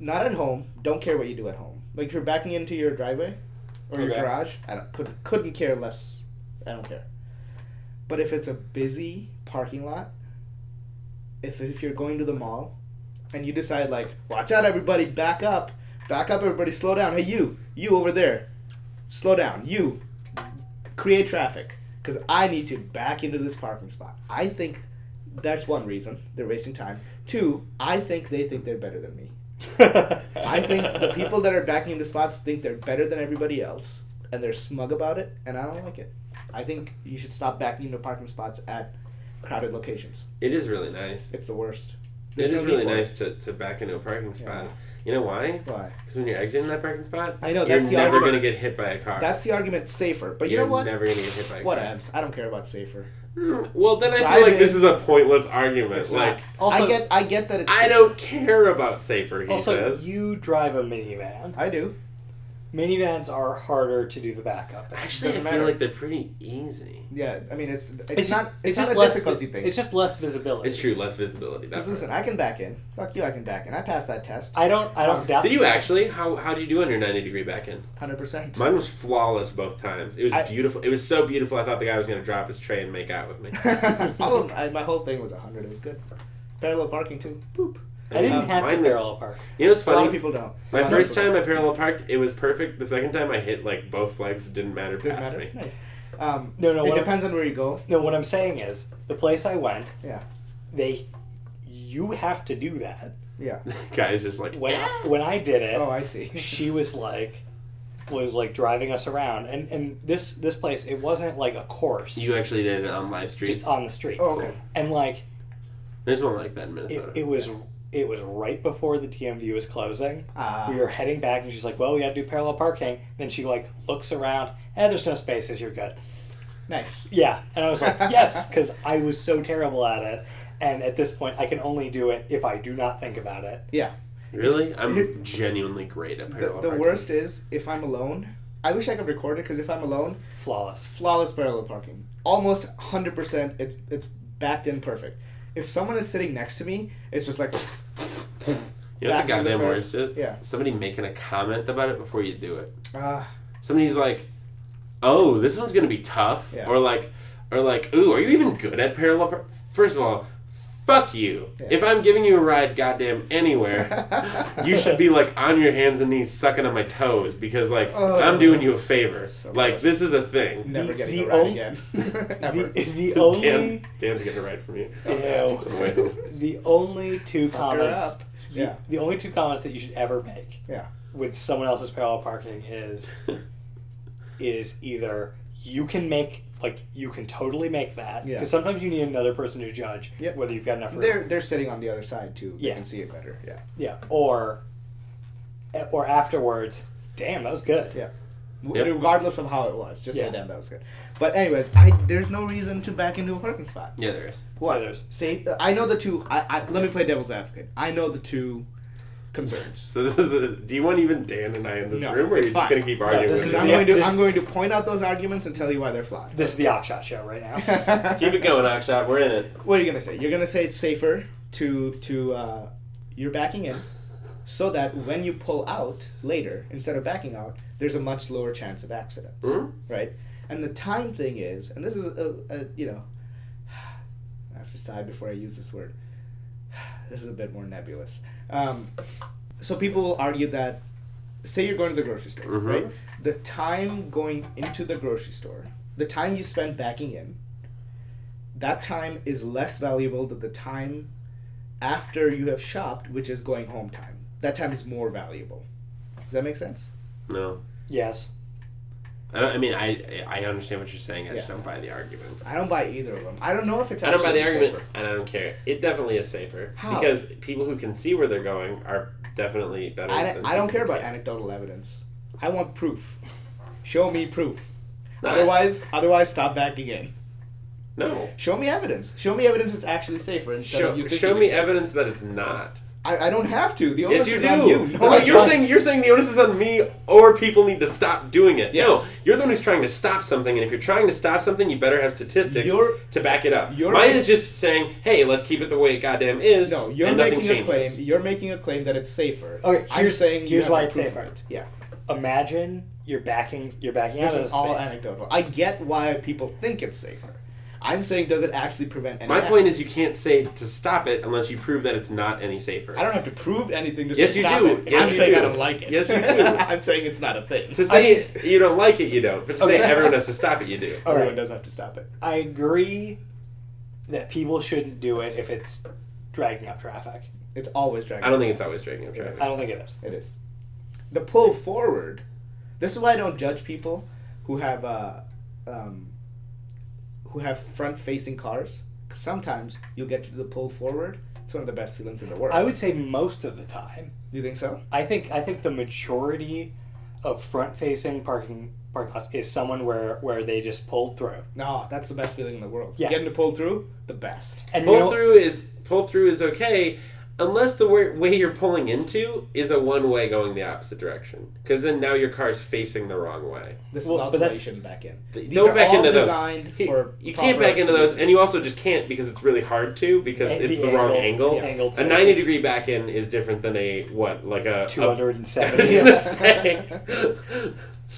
Speaker 2: Not at home. Don't care what you do at home. Like if you're backing into your driveway or your
Speaker 4: Okay.
Speaker 2: garage, I don't, could, couldn't care less. I don't care. But if it's a busy parking lot, if, if you're going to the mall and you decide like, watch out everybody, back up, back up everybody, slow down. Hey you, you over there, slow down. You, create traffic because I need to back into this parking spot. I think that's one reason they're wasting time. Two, I think they think they're better than me. I think the people that are backing into spots think they're better than everybody else, and they're smug about it, and I don't like it. I think you should stop backing into parking spots at crowded locations.
Speaker 1: It is really nice.
Speaker 2: It's the worst.
Speaker 1: It
Speaker 2: There's
Speaker 1: is
Speaker 2: no need
Speaker 1: really
Speaker 2: for
Speaker 1: nice to, to back into a parking spot. You know why?
Speaker 2: Why?
Speaker 1: Because when you're exiting that parking spot,
Speaker 2: I know,
Speaker 1: you're
Speaker 2: that's the
Speaker 1: never
Speaker 2: argument.
Speaker 1: going to get hit by a car.
Speaker 2: That's the argument safer, but you
Speaker 1: you're
Speaker 2: know what?
Speaker 1: never going to get hit by a car.
Speaker 2: Whatevs. I don't care about safer.
Speaker 1: Hmm, Well, then I
Speaker 2: Drive
Speaker 1: feel like this
Speaker 2: in.
Speaker 1: is a pointless argument.
Speaker 2: It's
Speaker 1: like,
Speaker 2: not.
Speaker 4: Also-
Speaker 2: I get, I get that it's.
Speaker 1: I
Speaker 2: safe.
Speaker 1: don't care about safer, he
Speaker 4: Also,
Speaker 1: says.
Speaker 4: you drive a minivan.
Speaker 2: I do.
Speaker 4: Minivans are harder to do the backup. in.
Speaker 1: Actually, I
Speaker 2: Doesn't
Speaker 1: feel
Speaker 2: matter.
Speaker 1: like they're pretty easy.
Speaker 2: Yeah, I mean it's it's,
Speaker 4: It's
Speaker 2: not
Speaker 4: just,
Speaker 2: it's,
Speaker 4: just
Speaker 2: not a
Speaker 4: less
Speaker 2: difficulty
Speaker 4: vi-
Speaker 2: thing.
Speaker 4: It's just less visibility.
Speaker 1: It's true, less visibility. That's
Speaker 2: Just listen, I can back in. Fuck you, I can back in. I passed that test.
Speaker 4: I don't. I don't doubt.
Speaker 1: Did you actually? How how did you do on your ninety degree back end?
Speaker 2: Hundred percent.
Speaker 1: Mine was flawless both times. It was
Speaker 2: I-
Speaker 1: beautiful. It was so beautiful. I thought the guy was gonna drop his tray and make out with me.
Speaker 2: All of I, my whole thing was hundred. It was good. Parallel parking too. Boop.
Speaker 4: I didn't
Speaker 1: Um,
Speaker 4: have to
Speaker 1: mine was-
Speaker 4: barrel apart.
Speaker 1: You know what's
Speaker 2: A lot
Speaker 1: funny?
Speaker 2: of people don't. A lot
Speaker 1: My
Speaker 2: of
Speaker 1: first
Speaker 2: people
Speaker 1: time I parallel parked, it was perfect. The second time I hit like both flags, it didn't matter
Speaker 2: don't. Didn't
Speaker 1: past
Speaker 2: matter.
Speaker 1: me.
Speaker 2: Nice. Um,
Speaker 4: No, no,
Speaker 2: It
Speaker 4: what I-
Speaker 2: depends on where you go.
Speaker 4: No, what I'm saying is the place I went.
Speaker 2: Yeah.
Speaker 4: They, you have to do that.
Speaker 2: Yeah.
Speaker 1: Guy's just like,
Speaker 4: When when I did it,
Speaker 2: Oh, I see.
Speaker 4: she was like, was like driving us around, and and this this place it wasn't like a course,
Speaker 1: you actually did it on live streets.
Speaker 4: just on the street,
Speaker 2: Oh, okay.
Speaker 4: and like
Speaker 1: There's one like that in
Speaker 4: it,
Speaker 1: Minnesota.
Speaker 4: it was it was right before the DMV was closing.
Speaker 2: Ah.
Speaker 4: we were heading back, and she's like, "Well, we got to do parallel parking." Then she like looks around, and there's no spaces. You're good.
Speaker 2: Nice.
Speaker 4: Yeah, and I was like, yes, because I was so terrible at it, and at this point, I can only do it if I do not think about it.
Speaker 2: Yeah.
Speaker 1: really? I'm genuinely great at
Speaker 2: The,
Speaker 1: parallel
Speaker 2: the
Speaker 1: parking.
Speaker 2: worst is if I'm alone. I wish I could record it because if I'm alone,
Speaker 4: Flawless.
Speaker 2: flawless parallel parking. Almost 100%. It's it's backed in perfect. If someone is sitting next to me, it's just like
Speaker 1: You know what
Speaker 2: back
Speaker 1: the
Speaker 2: in the
Speaker 1: goddamn
Speaker 2: car.
Speaker 1: worst is?
Speaker 2: Yeah.
Speaker 1: Somebody making a comment about it before you do it.
Speaker 2: ah,
Speaker 1: Somebody's like, "Oh, this one's gonna be tough,"
Speaker 2: Yeah.
Speaker 1: or like, or like, "Ooh, are you even good at parallel?" Par-? First of all, fuck you.
Speaker 2: Yeah.
Speaker 1: If I'm giving you a ride, goddamn anywhere, you should be like on your hands and knees, sucking on my toes because like
Speaker 2: Oh.
Speaker 1: I'm doing you a favor.
Speaker 2: So
Speaker 1: like
Speaker 2: gross.
Speaker 1: this is a thing.
Speaker 2: never
Speaker 4: The-
Speaker 2: getting
Speaker 4: the
Speaker 2: a ride
Speaker 4: only-
Speaker 2: again. Ever.
Speaker 4: The, the only
Speaker 1: Dan, Dan's getting a ride from you.
Speaker 4: ew,
Speaker 1: Wait.
Speaker 4: the only two
Speaker 2: Fuck her
Speaker 4: comments
Speaker 2: up.
Speaker 4: the-
Speaker 2: Yeah.
Speaker 4: the only two comments that you should ever make
Speaker 2: Yeah.
Speaker 4: with someone else's parallel parking is is either you can make like you can totally make that because
Speaker 2: Yeah.
Speaker 4: sometimes you need another person to judge
Speaker 2: Yep.
Speaker 4: whether you've got enough room.
Speaker 2: They're they're sitting on the other side too. They
Speaker 4: Yeah.
Speaker 2: can see it better. Yeah.
Speaker 4: yeah or eh, or afterwards damn that was good
Speaker 2: Yeah.
Speaker 1: Yep.
Speaker 2: Regardless of how it was, just
Speaker 4: Yeah.
Speaker 2: say damn that was good. But anyways, I there's no reason to back into a parking spot.
Speaker 1: Yeah, there is.
Speaker 2: What?
Speaker 4: Yeah, there's-
Speaker 2: See, I know the two. I, I let me play devil's advocate. I know the two concerns.
Speaker 1: So this is. A, do you want even Dan and I in this
Speaker 2: No,
Speaker 1: room, or are you
Speaker 2: it's
Speaker 1: just
Speaker 2: fine.
Speaker 1: gonna keep arguing?
Speaker 4: No, this
Speaker 1: with
Speaker 4: is
Speaker 1: me?
Speaker 2: I'm
Speaker 4: the-
Speaker 2: going to
Speaker 4: this-
Speaker 2: I'm going to point out those arguments and tell you why they're flawed.
Speaker 4: this is the Oxshot show right now
Speaker 1: Keep it going, Akshat. We're in it.
Speaker 2: What are you gonna say? You're gonna say it's safer to to uh, you're backing in, so that when you pull out later, instead of backing out, there's a much lower chance of accidents,
Speaker 1: Mhm.
Speaker 2: right? And the time thing is, and this is a, a you know, I have to sigh before I use this word. This is a bit more nebulous. Um, so people will argue that, say you're going to the grocery store,
Speaker 1: Mhm.
Speaker 2: right? The time going into the grocery store, the time you spend backing in, that time is less valuable than the time after you have shopped, which is going home time. That time is more valuable. Does that make sense?
Speaker 1: No.
Speaker 4: yes
Speaker 1: I, don't, I mean, I I understand what you're saying. I just
Speaker 2: Yeah.
Speaker 1: don't buy the argument.
Speaker 2: I don't buy either of them. I don't know if it's
Speaker 1: I don't buy the
Speaker 2: actually
Speaker 1: argument,
Speaker 2: safer.
Speaker 1: and I don't care. It definitely is safer
Speaker 2: How?
Speaker 1: because people who can see where they're going are definitely better.
Speaker 2: I,
Speaker 1: than
Speaker 2: don't- I
Speaker 1: people
Speaker 2: don't care
Speaker 1: who
Speaker 2: about
Speaker 1: can't.
Speaker 2: anecdotal evidence. I want proof. Show me proof.
Speaker 1: No, I-
Speaker 2: Otherwise, otherwise, stop backing in.
Speaker 1: No,
Speaker 2: Show me evidence. Show me evidence it's actually safer instead of
Speaker 1: show,
Speaker 2: you thinking
Speaker 1: show me
Speaker 2: it's safe.
Speaker 1: evidence that it's not.
Speaker 2: I, I don't have to. The
Speaker 1: yes,
Speaker 2: onus
Speaker 1: you
Speaker 2: is
Speaker 1: do.
Speaker 2: on you.
Speaker 1: No,
Speaker 2: I
Speaker 1: you're
Speaker 2: don't.
Speaker 1: saying you're saying the onus is on me, or people need to stop doing it.
Speaker 2: Yes.
Speaker 1: No, you're the one who's trying to stop something, and if you're trying to stop something, you better have statistics
Speaker 2: You're-
Speaker 1: to back it up.
Speaker 2: you're-
Speaker 1: Mine is just saying, hey, let's keep it the way it goddamn is.
Speaker 2: No, you're
Speaker 1: and nothing
Speaker 2: making a claim.
Speaker 1: changes.
Speaker 2: You're making a claim that it's safer.
Speaker 4: Okay,
Speaker 2: I'm
Speaker 4: here's-
Speaker 2: saying you
Speaker 4: here's
Speaker 2: have
Speaker 4: why
Speaker 2: no
Speaker 4: it's
Speaker 2: proof
Speaker 4: safer.
Speaker 2: of it. Yeah,
Speaker 4: imagine you're backing you're backing out
Speaker 2: this
Speaker 4: of
Speaker 2: is
Speaker 4: this
Speaker 2: all
Speaker 4: space.
Speaker 2: anecdotal. I get why people think it's safer. I'm saying does it actually prevent any?
Speaker 1: My point is, you
Speaker 2: accidents?
Speaker 1: can't say to stop it unless you prove that it's not any safer.
Speaker 2: I don't have to prove anything to
Speaker 1: Yes,
Speaker 2: say
Speaker 1: you
Speaker 2: stop
Speaker 1: do.
Speaker 2: it.
Speaker 1: Yes,
Speaker 2: I'm
Speaker 1: you
Speaker 2: saying
Speaker 1: do.
Speaker 2: I don't like it.
Speaker 1: Yes, you do.
Speaker 2: I'm saying it's not a thing.
Speaker 1: To say you don't like it, you don't. But to say
Speaker 2: Okay.
Speaker 1: everyone has to stop it, you do.
Speaker 4: All
Speaker 2: Everyone
Speaker 4: right.
Speaker 2: does have to stop it.
Speaker 4: I agree that people shouldn't do it if it's dragging up traffic.
Speaker 2: It's always dragging.
Speaker 1: I don't think it's always dragging up
Speaker 4: I
Speaker 1: traffic.
Speaker 4: don't think it is.
Speaker 2: It is. The pull forward. This is why I don't judge people who have uh, um, who have front-facing cars. 'Cause Sometimes you'll get to the pull forward. It's one of the best feelings in the world.
Speaker 4: I would say most of the time.
Speaker 2: you think so?
Speaker 4: I think I think the majority of front facing parking parking lots is someone where where they just pulled through.
Speaker 2: No, that's the best feeling in the world.
Speaker 4: Yeah.
Speaker 2: Getting to pull through, the best.
Speaker 4: And you
Speaker 1: Pull
Speaker 4: know-
Speaker 1: through is pull through is okay unless the way, way you're pulling into is a one way going the opposite direction, because then now your car's facing the wrong way.
Speaker 2: This
Speaker 4: Well,
Speaker 2: is
Speaker 4: but that's-
Speaker 2: alternation back in.
Speaker 1: Th-
Speaker 2: These
Speaker 1: don't
Speaker 2: are
Speaker 1: back
Speaker 2: all
Speaker 1: into those.
Speaker 2: designed
Speaker 1: You-
Speaker 2: for
Speaker 1: you can't
Speaker 2: proper
Speaker 1: back into those, and you
Speaker 2: users.
Speaker 1: also just can't because it's really hard to because
Speaker 4: And
Speaker 1: it's the,
Speaker 4: the
Speaker 1: wrong
Speaker 4: angle-
Speaker 1: angle.
Speaker 4: yeah. Angled
Speaker 1: A ninety
Speaker 4: spaces.
Speaker 1: degree back in is different than a what like a a- I
Speaker 4: 270.
Speaker 1: was
Speaker 2: Yeah.
Speaker 1: gonna say.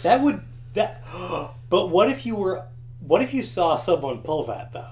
Speaker 4: That would that. But what if you were? What if you saw someone pull that though?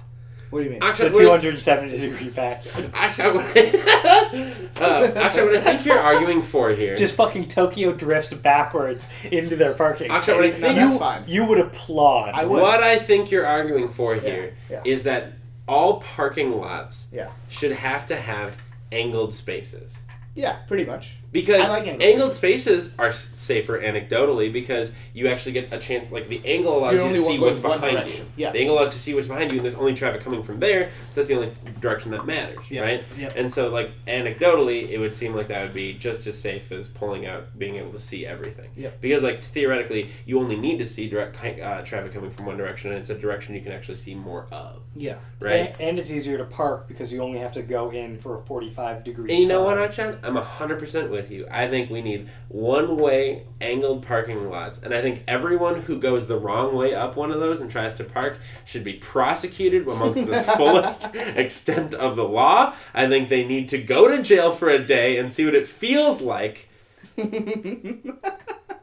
Speaker 2: What do you mean?
Speaker 4: The
Speaker 1: Akshat, what,
Speaker 4: two hundred and seventy degree back.
Speaker 1: Akshat, what, uh, Akshat, what I think you're arguing for here.
Speaker 4: Just fucking Tokyo drifts backwards into their parking.
Speaker 1: Actually, what I
Speaker 4: space.
Speaker 1: think-
Speaker 2: No, that's
Speaker 4: you,
Speaker 2: fine.
Speaker 4: you would applaud.
Speaker 2: I would.
Speaker 1: what I think you're arguing for here is
Speaker 2: yeah.
Speaker 1: that all parking lots
Speaker 2: Yeah.
Speaker 1: should have to have angled spaces.
Speaker 2: Yeah, pretty much.
Speaker 1: Because
Speaker 2: I like angled
Speaker 1: angled spaces are s- safer anecdotally because you actually get a chance. Like the angle allows
Speaker 2: You're
Speaker 1: you to
Speaker 2: only
Speaker 1: see
Speaker 2: going
Speaker 1: what's
Speaker 2: one
Speaker 1: behind you.
Speaker 2: direction. Yeah.
Speaker 1: The angle allows you to see what's behind you, and there's only traffic coming from there, so that's the only direction that matters,
Speaker 2: Yeah.
Speaker 1: right?
Speaker 2: Yeah.
Speaker 1: And so, like anecdotally, it would seem like that would be just as safe as pulling out, being able to see everything.
Speaker 2: Yeah.
Speaker 1: Because like theoretically, you only need to see direct ki- uh, traffic coming from one direction, and it's a direction you can actually see more of,
Speaker 2: Yeah.
Speaker 1: right?
Speaker 4: And, and it's easier to park because you only have to go in for a forty-five degree.
Speaker 1: And you know what,
Speaker 4: turn.
Speaker 1: Akshan? I'm 100% with you. I think we need one way angled parking lots. And I think everyone who goes the wrong way up one of those and tries to park should be prosecuted amongst the fullest extent of the law. I think they need to go to jail for a day and see what it feels like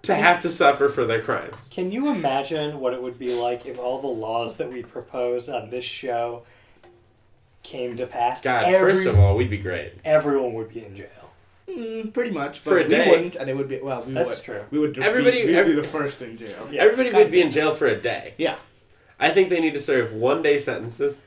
Speaker 1: to have to suffer for their crimes.
Speaker 4: Can you imagine what it would be like if all the laws that we proposed on this show came to pass?
Speaker 1: God,
Speaker 4: Every-
Speaker 1: first of all, we'd be great.
Speaker 4: everyone would be in jail.
Speaker 2: Mm, pretty much, but
Speaker 1: For a
Speaker 2: we
Speaker 1: day.
Speaker 2: wouldn't, and it would be well. We
Speaker 4: That's
Speaker 2: would,
Speaker 4: true.
Speaker 2: We would.
Speaker 1: Everybody-
Speaker 2: We'd,
Speaker 1: every-
Speaker 2: be the first in jail.
Speaker 4: Yeah.
Speaker 1: Everybody
Speaker 2: God
Speaker 1: would be in jail for a day.
Speaker 2: Yeah,
Speaker 1: I think they need to serve one day sentences.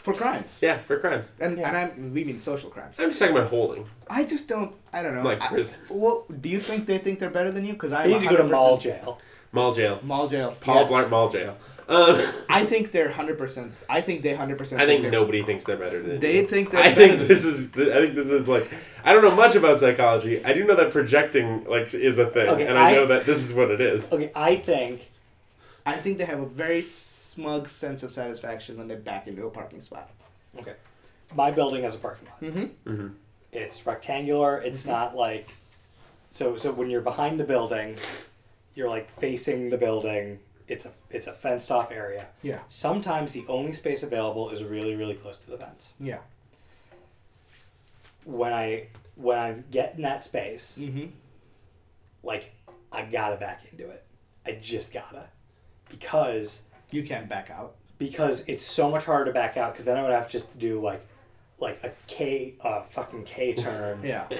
Speaker 2: for crimes,
Speaker 1: Yeah, for crimes.
Speaker 2: and
Speaker 4: Yeah.
Speaker 2: and I'm we mean social crimes.
Speaker 1: I'm just talking about holding.
Speaker 2: I just don't. I don't know.
Speaker 1: Like
Speaker 2: I-
Speaker 1: prison.
Speaker 2: what do you think they think they're better than you? Because I
Speaker 4: They need to go to mall jail.
Speaker 1: Mall jail.
Speaker 2: Mall jail.
Speaker 1: Paul
Speaker 2: yes.
Speaker 1: Blart Mall Jail. Um,
Speaker 2: I think they're hundred percent. I think they hundred percent.
Speaker 1: I think
Speaker 2: they're-
Speaker 1: nobody thinks they're better than
Speaker 2: They
Speaker 1: you.
Speaker 2: think they're
Speaker 1: I
Speaker 2: better
Speaker 1: think
Speaker 2: than
Speaker 1: this is. I think this is like. I don't know much about psychology. I do know that projecting like is a thing,
Speaker 4: Okay,
Speaker 1: and I,
Speaker 4: I-
Speaker 1: know that this is what it is.
Speaker 4: Okay, I think
Speaker 2: I think they have a very smug sense of satisfaction when they back into a parking spot.
Speaker 4: okay. My building has a parking lot.
Speaker 1: Mm-hmm.
Speaker 4: It's rectangular. It's not like so so when you're behind the building, you're like facing the building. It's a it's a fenced off area.
Speaker 2: Yeah.
Speaker 4: Sometimes the only space available is really really close to the fence.
Speaker 2: Yeah.
Speaker 4: When I when I get in that space,
Speaker 2: Mm-hmm.
Speaker 4: like I gotta back into it. I just gotta because
Speaker 2: You can't back out.
Speaker 4: because it's so much harder to back out because then I would have just to do like like a K uh, fucking K turn.
Speaker 2: Yeah.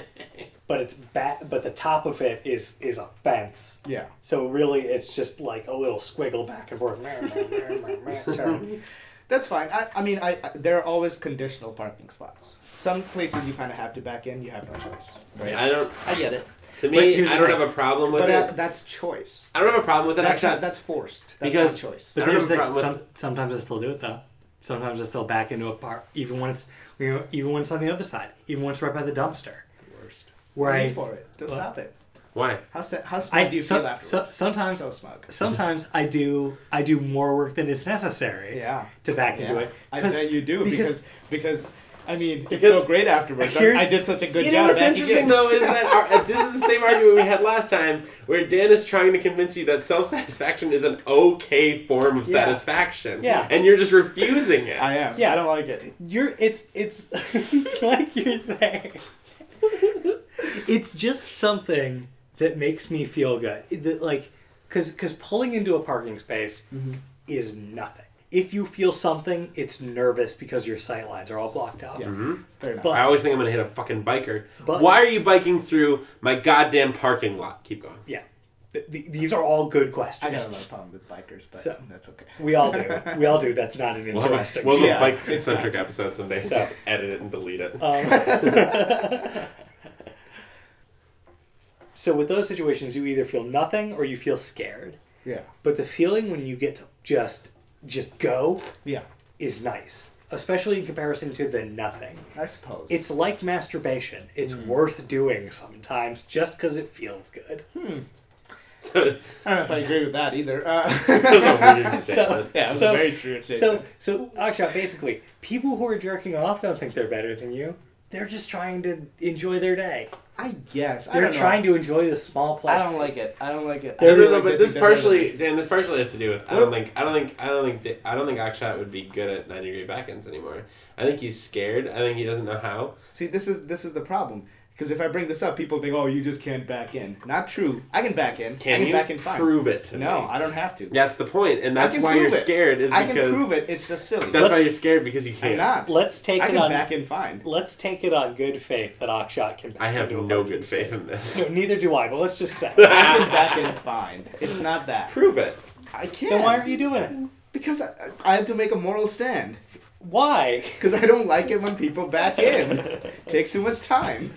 Speaker 4: But it's bat but the top of it is is a fence.
Speaker 2: Yeah.
Speaker 4: So really it's just like a little squiggle back and forth. Meh, meh, meh, meh, meh, turn.
Speaker 2: That's fine. I, I mean, I, I there are always conditional parking spots. Some places you kind of have to back in. You have no choice. Right.
Speaker 1: I don't.
Speaker 2: I get it,
Speaker 1: To
Speaker 4: But
Speaker 1: me,
Speaker 4: here's
Speaker 1: I
Speaker 4: the
Speaker 1: don't
Speaker 4: thing.
Speaker 1: have a problem with
Speaker 2: but uh,
Speaker 1: it.
Speaker 2: that's choice.
Speaker 1: I don't have a problem with it.
Speaker 2: That's
Speaker 1: Actually,
Speaker 2: not, that's forced. That's
Speaker 1: Because-
Speaker 2: not choice.
Speaker 1: I
Speaker 4: But
Speaker 1: don't
Speaker 4: there's
Speaker 1: have a
Speaker 4: the,
Speaker 1: problem
Speaker 4: some, sometimes I still do it though. Sometimes I still back into a park, even when it's you know, even when it's on the other side, even when it's right by the dumpster,
Speaker 2: Forced.
Speaker 4: where I
Speaker 2: Wait for it. Don't
Speaker 4: Well-
Speaker 2: stop it.
Speaker 1: Why?
Speaker 2: How sa- how smug
Speaker 4: I
Speaker 2: do you
Speaker 4: so-
Speaker 2: feel
Speaker 4: so-
Speaker 2: afterwards?
Speaker 4: sometimes
Speaker 2: so smug.
Speaker 4: sometimes I do I do more work than is necessary.
Speaker 2: Yeah.
Speaker 4: To back into
Speaker 2: Yeah.
Speaker 4: it.
Speaker 2: I
Speaker 4: 'Cause-
Speaker 2: bet you do because because, I mean it's
Speaker 1: Because-
Speaker 2: so great afterwards. I,
Speaker 4: Here's-
Speaker 2: I did such a good
Speaker 1: you know
Speaker 2: job.
Speaker 1: what's
Speaker 2: backing
Speaker 1: interesting
Speaker 2: in.
Speaker 1: though is that our, uh, this is the same argument we had last time, where Dan is trying to convince you that self satisfaction is an okay form of
Speaker 4: Yeah.
Speaker 1: satisfaction.
Speaker 4: Yeah.
Speaker 1: And you're just refusing it.
Speaker 2: I am.
Speaker 4: Yeah.
Speaker 2: I don't like it.
Speaker 4: You're it's it's it's like you're saying it's just something that makes me feel good. It- That like cuz cuz pulling into a parking space
Speaker 2: Mm-hmm.
Speaker 4: is nothing. If you feel something, it's nervous because your sight lines are all blocked out.
Speaker 2: Yeah. Fair enough.
Speaker 4: But-
Speaker 1: I always think I'm gonna hit a fucking biker.
Speaker 4: But-
Speaker 1: Why are you biking through my goddamn parking lot? Keep going.
Speaker 4: Yeah. Th- th- these are all good questions.
Speaker 2: I got a lot of problem with bikers, but
Speaker 4: So-
Speaker 2: that's okay.
Speaker 4: We all do. We all do. That's not an
Speaker 1: We'll have
Speaker 4: interesting.
Speaker 1: a, we'll have
Speaker 2: Yeah. Uh,
Speaker 1: a bike centric episode someday.
Speaker 4: So-
Speaker 1: Just edit it and delete it.
Speaker 4: so with those situations, you either feel nothing or you feel scared.
Speaker 2: Yeah.
Speaker 4: But the feeling when you get to just just go
Speaker 2: Yeah.
Speaker 4: is nice, especially in comparison to the nothing.
Speaker 2: I suppose.
Speaker 4: It's like masturbation. It's
Speaker 2: Mm.
Speaker 4: worth doing sometimes just because it feels good.
Speaker 1: so,
Speaker 2: I don't know if I agree with that either. Uh,
Speaker 1: that was a weird
Speaker 4: So,
Speaker 1: statement.
Speaker 2: yeah, that's
Speaker 4: so,
Speaker 2: a very strange
Speaker 4: so,
Speaker 2: statement.
Speaker 4: so, Akshat, basically, people who are jerking off don't think they're better than you. They're just trying to enjoy their day.
Speaker 2: I guess. I
Speaker 4: They're
Speaker 2: don't know.
Speaker 4: trying to enjoy the small
Speaker 2: I
Speaker 4: pleasures.
Speaker 2: don't like it. I don't like it.
Speaker 1: I
Speaker 4: They're-
Speaker 2: I
Speaker 1: don't
Speaker 2: feel
Speaker 1: know,
Speaker 2: like
Speaker 1: but
Speaker 2: they
Speaker 1: this
Speaker 2: think they're
Speaker 1: partially, Dan, this partially has to do with. I don't
Speaker 4: What-
Speaker 1: think, I don't think, I don't think, Da- I don't think Akshat would be good at ninety degree backends anymore. I think he's scared. I think he doesn't know how.
Speaker 2: See, this is this is the problem. Because if I bring this up, people think, "Oh, you just can't back in." Not true. I can back in. I
Speaker 1: Can
Speaker 2: can
Speaker 1: you
Speaker 2: back in fine.
Speaker 1: prove it to
Speaker 2: no,
Speaker 1: me?
Speaker 2: I don't have to.
Speaker 1: That's the point, and that's
Speaker 2: can
Speaker 1: why you're
Speaker 2: prove it.
Speaker 1: scared. Is
Speaker 2: I
Speaker 1: because
Speaker 2: can prove it. It's just silly.
Speaker 1: that's why
Speaker 4: Let's-
Speaker 1: you're scared because you can't.
Speaker 2: I'm not.
Speaker 4: Let's take
Speaker 2: I
Speaker 4: it
Speaker 2: can
Speaker 4: on.
Speaker 2: back in fine.
Speaker 4: Let's take it on good faith that Akshat can.
Speaker 1: I have
Speaker 4: can do a
Speaker 1: no
Speaker 4: hundred
Speaker 1: good faith in
Speaker 4: No,
Speaker 1: this.
Speaker 4: neither do I. But let's just say.
Speaker 2: I can back in fine. It's not that.
Speaker 1: prove it.
Speaker 2: I can't.
Speaker 4: then why aren't you doing it?
Speaker 2: Because I, I have to make a moral stand.
Speaker 4: Why?
Speaker 2: Because I don't like it when people back in. Takes too much time.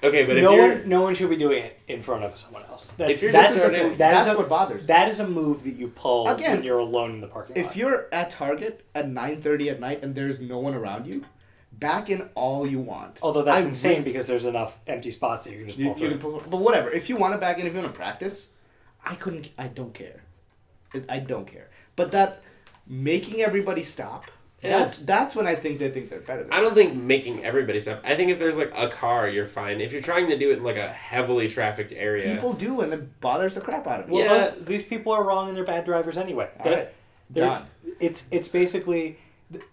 Speaker 1: Okay, but if
Speaker 4: no
Speaker 1: you're
Speaker 4: one, no one should be doing it in front of someone else. That,
Speaker 1: If you're
Speaker 4: that's,
Speaker 1: just starting-
Speaker 4: the- that is
Speaker 2: That's
Speaker 4: a-
Speaker 2: what bothers me.
Speaker 4: That is a move that you pull
Speaker 2: Again,
Speaker 4: when you're alone in the parking lot.
Speaker 2: If you're at Target at 9:30 at night and there's no one around you, back in all you want.
Speaker 4: Although that's
Speaker 2: I
Speaker 4: insane
Speaker 2: re-
Speaker 4: because there's enough empty spots that you can just
Speaker 2: You,
Speaker 4: pull
Speaker 2: you
Speaker 4: through.
Speaker 2: can pull, but whatever. If you want to back in, if you want to practice, I couldn't. I don't care. I- I don't care. But that making everybody stop. That's that's when I think they think they're better. Than
Speaker 1: I don't think making everybody stop. I think if there's like a car, you're fine. If you're trying to do it in like a heavily trafficked area,
Speaker 2: People do, and it bothers the crap out of me.
Speaker 4: well,
Speaker 1: yeah.
Speaker 4: those, these people are wrong and they're bad drivers anyway.
Speaker 2: All
Speaker 4: They're-
Speaker 2: right.
Speaker 4: they're-
Speaker 2: Done.
Speaker 4: It's it's basically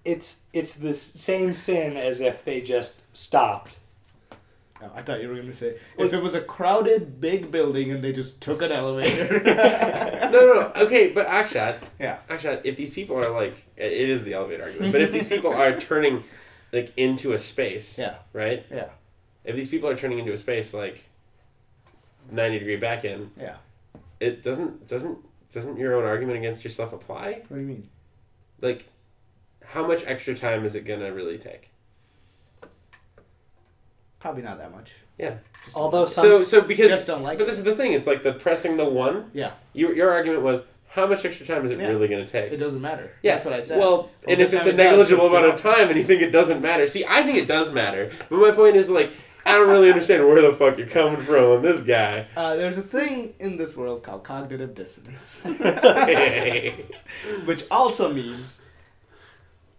Speaker 4: it's it's the s- same sin as if they just stopped.
Speaker 2: Oh, I thought you were going to say if it was a crowded big building and they just took an elevator.
Speaker 1: no, no, no. Okay, but Akshat,
Speaker 2: yeah.
Speaker 1: Akshat, if these people are like, it is the elevator argument. But if these people are turning like into a space,
Speaker 2: Yeah.
Speaker 1: right?
Speaker 2: Yeah.
Speaker 1: If these people are turning into a space like ninety degree back in,
Speaker 2: Yeah.
Speaker 1: it doesn't doesn't doesn't your own argument against yourself apply?
Speaker 2: What do you mean?
Speaker 1: Like, how much extra time is it gonna really take?
Speaker 2: Probably not that much.
Speaker 1: Yeah.
Speaker 4: Although some
Speaker 1: So so because
Speaker 2: Just don't like
Speaker 1: but
Speaker 2: it.
Speaker 1: this is the thing. It's like the pressing the one.
Speaker 2: Yeah.
Speaker 1: Your your argument was how much extra time is it
Speaker 2: Yeah.
Speaker 1: really gonna take?
Speaker 2: It doesn't matter.
Speaker 1: Yeah.
Speaker 2: That's what I said.
Speaker 1: Well, and
Speaker 2: this
Speaker 1: if it's a
Speaker 2: time it does,
Speaker 1: negligible
Speaker 2: it's
Speaker 1: amount of
Speaker 2: enough.
Speaker 1: time and you think it doesn't matter. See, I think it does matter. But my point is, like, I don't really understand where the fuck you're coming from on this guy.
Speaker 2: Uh, there's a thing in this world called cognitive dissonance, which also means,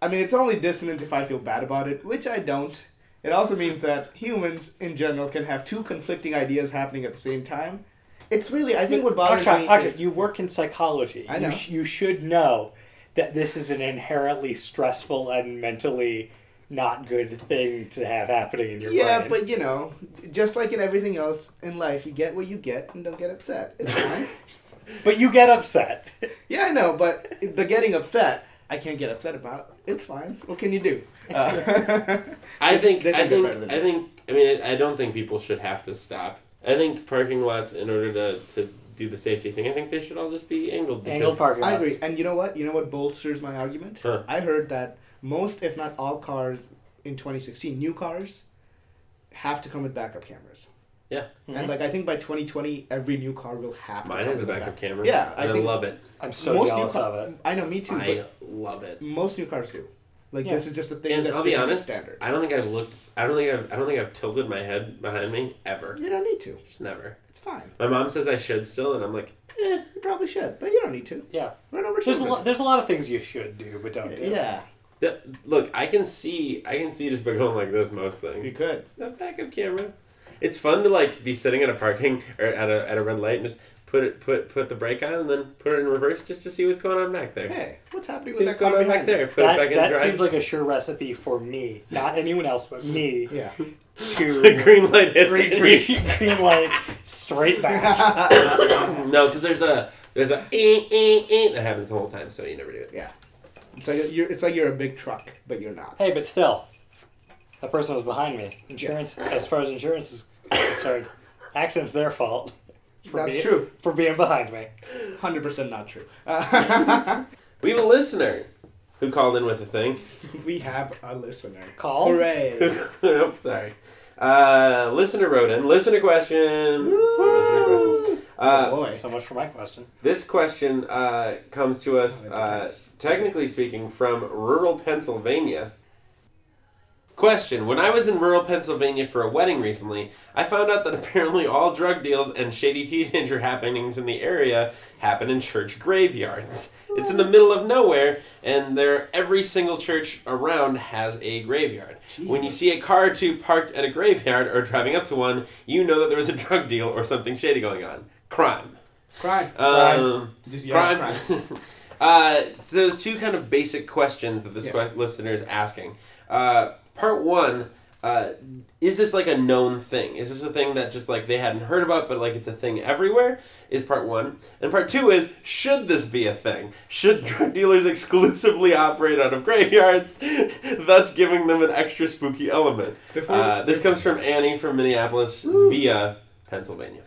Speaker 2: I mean, it's only dissonant if I feel bad about it, which I don't. It also means that humans in general can have two conflicting ideas happening at the same time. It's really, I think, what bothers
Speaker 4: Akshat,
Speaker 2: me.
Speaker 4: Akshat,
Speaker 2: is,
Speaker 4: you work in psychology.
Speaker 2: I
Speaker 4: You,
Speaker 2: know.
Speaker 4: sh- you should know that this is an inherently stressful and mentally not good thing to have happening in your
Speaker 2: yeah,
Speaker 4: brain.
Speaker 2: but you know, just like in everything else in life, you get what you get and don't get upset. It's fine.
Speaker 4: But you get upset.
Speaker 2: Yeah, I know, but the getting upset, I can't get upset about. It's fine. What can you do? Uh,
Speaker 1: I
Speaker 2: just-
Speaker 1: think,
Speaker 2: they
Speaker 1: I
Speaker 2: they're
Speaker 1: think,
Speaker 2: better than
Speaker 1: I
Speaker 2: me.
Speaker 1: think, I mean, I I don't think people should have to stop. I think parking lots, in order to, to do the safety thing, I think they should all just be angled. because-
Speaker 4: Angled parking
Speaker 2: I
Speaker 4: lots.
Speaker 2: agree. And you know what? You know what bolsters my argument?
Speaker 1: Huh.
Speaker 2: I heard that most, if not all, cars in 2016, new cars, have to come with backup cameras.
Speaker 1: Yeah.
Speaker 2: And like I think by 2020, every new car will have. to
Speaker 1: Mine
Speaker 2: come
Speaker 1: has a
Speaker 2: with
Speaker 1: backup camera.
Speaker 2: Yeah,
Speaker 1: I,
Speaker 2: I
Speaker 1: I
Speaker 2: think
Speaker 1: love it.
Speaker 4: I'm so jealous
Speaker 2: new car-
Speaker 4: of it.
Speaker 2: I know, me too.
Speaker 1: I
Speaker 2: but
Speaker 1: love it.
Speaker 2: most new cars do. Like
Speaker 4: Yeah.
Speaker 2: this is just a thing
Speaker 1: And
Speaker 2: that's
Speaker 1: I'll be
Speaker 2: becoming
Speaker 1: honest,
Speaker 2: standard.
Speaker 1: I don't think I've looked. I don't think I've. I don't think I've tilted my head behind me ever.
Speaker 2: You don't need to.
Speaker 1: Just never.
Speaker 2: It's fine.
Speaker 1: My mom says I should still, and I'm like,
Speaker 2: Eh, you probably should, but you don't need to.
Speaker 4: Yeah.
Speaker 2: Run over
Speaker 4: There's a,
Speaker 2: children.
Speaker 4: lot, there's a lot of things you should do, but don't do.
Speaker 2: Yeah,
Speaker 1: The, look, I can see, I can see just by going like this most
Speaker 2: you
Speaker 1: things.
Speaker 2: could.
Speaker 1: The backup camera. It's fun to like be sitting at a parking or at a at a red light and just put it put put the brake on and then put it in reverse just to see what's going on back there.
Speaker 2: Hey, what's happening
Speaker 1: see
Speaker 2: with
Speaker 1: what's
Speaker 2: that car
Speaker 1: going on back
Speaker 2: behind
Speaker 1: there.
Speaker 2: you?
Speaker 1: Put it
Speaker 4: That,
Speaker 1: back in
Speaker 4: that
Speaker 1: drive.
Speaker 4: seems like a sure recipe for me, not anyone else, but me,
Speaker 2: Yeah.
Speaker 1: the
Speaker 4: to
Speaker 1: green light hits.
Speaker 4: green, green, green light straight back.
Speaker 1: No, because there's a there's a eh, eh, eh that happens the whole time, so you never do it.
Speaker 2: Yeah. It's like you're, it's like you're a big truck, but you're not.
Speaker 4: hey, but still, that person was behind me. Insurance, as far as insurance is concerned, accident's their fault. For
Speaker 2: That's
Speaker 4: being,
Speaker 2: true.
Speaker 4: For being behind me.
Speaker 2: Hundred percent not true. Uh,
Speaker 1: We have a listener who called in with a thing.
Speaker 2: we have a listener.
Speaker 4: Call?
Speaker 2: Hooray!
Speaker 1: oh, sorry. Uh, listener wrote in. Listener question. Listener question. Uh,
Speaker 2: Boy,
Speaker 4: So much for my question.
Speaker 1: This question uh, comes to us,
Speaker 2: Oh, I
Speaker 1: uh,
Speaker 2: didn't.
Speaker 1: technically speaking, from rural Pennsylvania. Question When I was in rural Pennsylvania for a wedding recently, I found out that apparently all drug deals and shady teenager happenings in the area happen in church graveyards. It's in the middle of nowhere, and there every single church around has a graveyard. When you
Speaker 2: Jesus.
Speaker 1: see a car or two parked at a graveyard or driving up to one, you know that there was a drug deal or something shady going on. Crime.
Speaker 2: Crime.
Speaker 1: Um,
Speaker 2: Just yell
Speaker 1: crime.
Speaker 2: crime.
Speaker 1: uh, so there's two kind of basic questions that this
Speaker 2: Yeah.
Speaker 1: que- listener is asking. Uh, part one. Uh, is this like a known thing? Is this a thing that just like they hadn't heard about, but like it's a thing everywhere? Is part one. And part two is should this be a thing? Should drug dealers exclusively operate out of graveyards, thus giving them an extra spooky element?
Speaker 2: Before-
Speaker 1: Uh, this comes from Annie from Minneapolis via Pennsylvania.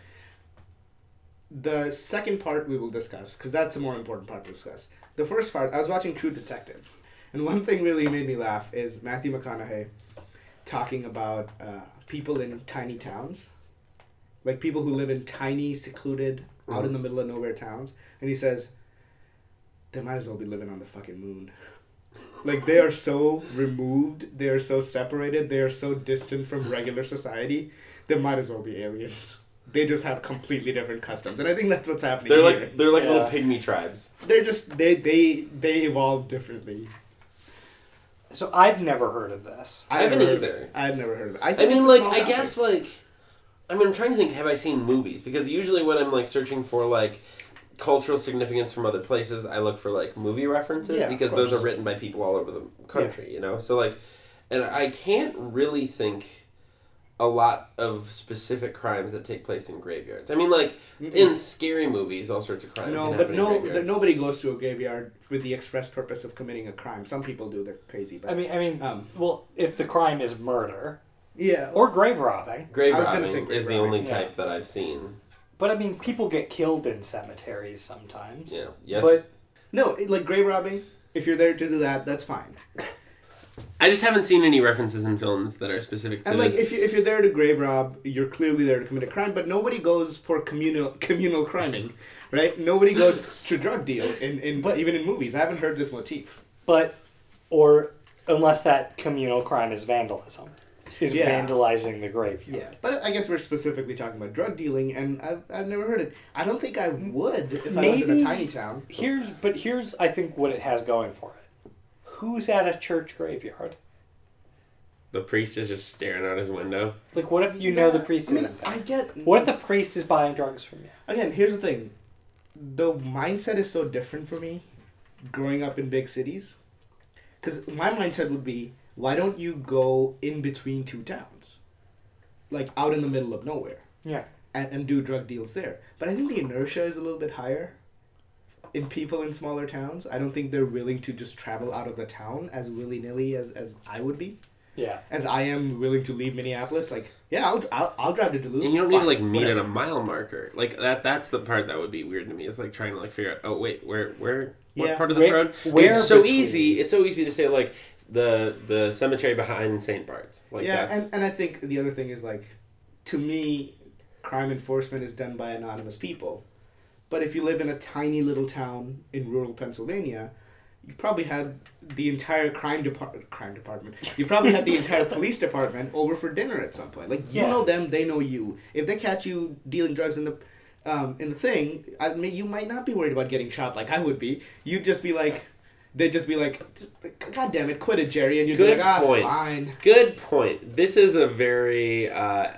Speaker 2: The second part we will discuss because that's a more important part to discuss. The first part, I was watching True Detective, and one thing really made me laugh is Matthew McConaughey talking about uh, people in tiny towns, like people who live in tiny, secluded, out in the middle of nowhere towns, and he says they might as well be living on the fucking moon. Like they are so removed, they are so separated, they are so distant from regular society. They might as well be aliens. They just have completely different customs, and I think that's what's happening.
Speaker 1: They're
Speaker 2: here
Speaker 1: like they're like little
Speaker 4: Yeah.
Speaker 1: pygmy tribes.
Speaker 2: they're just they they they evolve differently.
Speaker 4: So I've never heard of this.
Speaker 1: I
Speaker 2: never
Speaker 1: haven't
Speaker 2: heard of
Speaker 1: either.
Speaker 2: it. I've never heard of it. I,
Speaker 1: I
Speaker 2: think it's
Speaker 1: mean,
Speaker 2: a
Speaker 1: like,
Speaker 2: small
Speaker 1: I
Speaker 2: town.
Speaker 1: guess, like, I mean, I'm trying to think. Have I seen movies? Because usually, when I'm like searching for like cultural significance from other places, I look for like movie references
Speaker 2: Yeah, of
Speaker 1: because those are
Speaker 2: course.
Speaker 1: written by people all over the country. You know, so like, and I can't really think a lot of specific crimes that take place in graveyards. I mean, like in scary movies, all sorts of crimes.
Speaker 2: no,
Speaker 1: can
Speaker 2: but
Speaker 1: happen in
Speaker 2: no,
Speaker 1: graveyards.
Speaker 2: nobody goes to a graveyard with the express purpose of committing a crime. Some people do; they're crazy. But
Speaker 4: I mean, I mean,
Speaker 2: Um.
Speaker 4: well, if the crime is murder
Speaker 2: yeah,
Speaker 4: or grave robbing,
Speaker 1: Grave
Speaker 2: I was gonna
Speaker 1: robbing
Speaker 2: say grave
Speaker 1: is the
Speaker 2: robbing,
Speaker 1: only
Speaker 4: yeah.
Speaker 1: type that I've seen.
Speaker 4: but I mean, people get killed in cemeteries sometimes.
Speaker 1: Yeah. Yes.
Speaker 2: But no, it- like grave robbing. If you're there to do that, that's fine.
Speaker 1: I just haven't seen any references in films that are specific to
Speaker 2: And like,
Speaker 1: this.
Speaker 2: if you if you're there to grave rob, you're clearly there to commit a crime. But nobody goes for communal communal criming, right? Nobody goes to drug deal in in
Speaker 4: But-
Speaker 2: even in movies. I haven't heard this motif.
Speaker 4: But or unless that communal crime is vandalism, is
Speaker 2: Yeah.
Speaker 4: vandalizing the graveyard.
Speaker 2: Yeah, but I guess we're specifically talking about drug dealing, and I've, I've never heard it. I don't think I would if I was in a
Speaker 4: Maybe-
Speaker 2: tiny town.
Speaker 4: Here's but here's I think what it has going for it. Who's at a church graveyard?
Speaker 1: The priest is just staring out his window.
Speaker 4: Like, what if you know the priest?
Speaker 2: I mean,
Speaker 4: isn't there?
Speaker 2: I get.
Speaker 4: What if the priest is buying drugs from you?
Speaker 2: Again, here's the thing. The mindset is so different for me growing up in big cities. Because my mindset would be why don't you go in between two towns? Like out in the middle of nowhere.
Speaker 4: Yeah.
Speaker 2: and, and do drug deals there. But I think the inertia is a little bit higher in people in smaller towns. I don't think they're willing to just travel out of the town as willy nilly as, as I would be.
Speaker 4: Yeah.
Speaker 2: As I am willing to leave Minneapolis, like, yeah, I'll, I'll, I'll drive to Duluth.
Speaker 1: And you don't need to
Speaker 2: Fine,
Speaker 1: like meet
Speaker 2: whatever.
Speaker 1: at a mile marker. Like that that's the part that would be weird to me. It's like trying to like figure out, oh wait, where where what
Speaker 2: Yeah.
Speaker 1: part of this
Speaker 4: Where-
Speaker 1: road?
Speaker 4: where
Speaker 1: it's so
Speaker 4: between?
Speaker 1: easy. It's so easy to say like the the cemetery behind St. Bart's. Like
Speaker 2: yeah,
Speaker 1: that's
Speaker 2: and, and I think the other thing is like, to me, crime enforcement is done by anonymous people. But if you live in a tiny little town in rural Pennsylvania, you probably had the entire crime department, crime department. You probably had the entire police department over for dinner at some point. Like you
Speaker 4: Yeah.
Speaker 2: know them, they know you. If they catch you dealing drugs in the um, in the thing, I mean, you might not be worried about getting shot like I would be. You'd just be like, they'd just be like, God damn it, quit it, Jerry, and you'd
Speaker 1: Good
Speaker 2: be like, ah,
Speaker 1: point.
Speaker 2: fine.
Speaker 1: good point. This is a very uh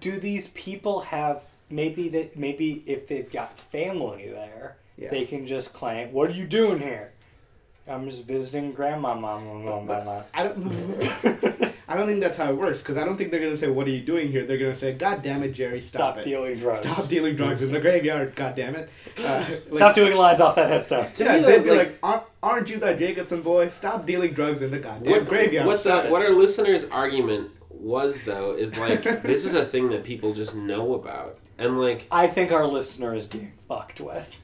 Speaker 4: Do these people have maybe that maybe if they've got family there,
Speaker 2: Yeah.
Speaker 4: they can just claim, "What are you doing here?" I'm just visiting grandma, mama, mama, mama.
Speaker 2: I don't. I don't think that's how it works because I don't think they're gonna say, "What are you doing here?" They're gonna say, "God damn it, Jerry, stop,
Speaker 4: Stop
Speaker 2: it.
Speaker 4: dealing drugs.
Speaker 2: Stop dealing drugs in the graveyard. God damn it. Uh, like,
Speaker 4: Stop doing lines off that headstone.
Speaker 1: To
Speaker 2: yeah,
Speaker 1: me,
Speaker 2: they'd
Speaker 1: like-
Speaker 2: be like, "Aren't- "Aren't you that Jacobson boy? Stop dealing drugs in the goddamn
Speaker 1: what
Speaker 2: graveyard."
Speaker 1: What's
Speaker 2: Stop
Speaker 1: that?
Speaker 2: it."
Speaker 1: What our listeners' argument was though is like this is a thing that people just know about. And like
Speaker 4: I think our listener is being fucked with.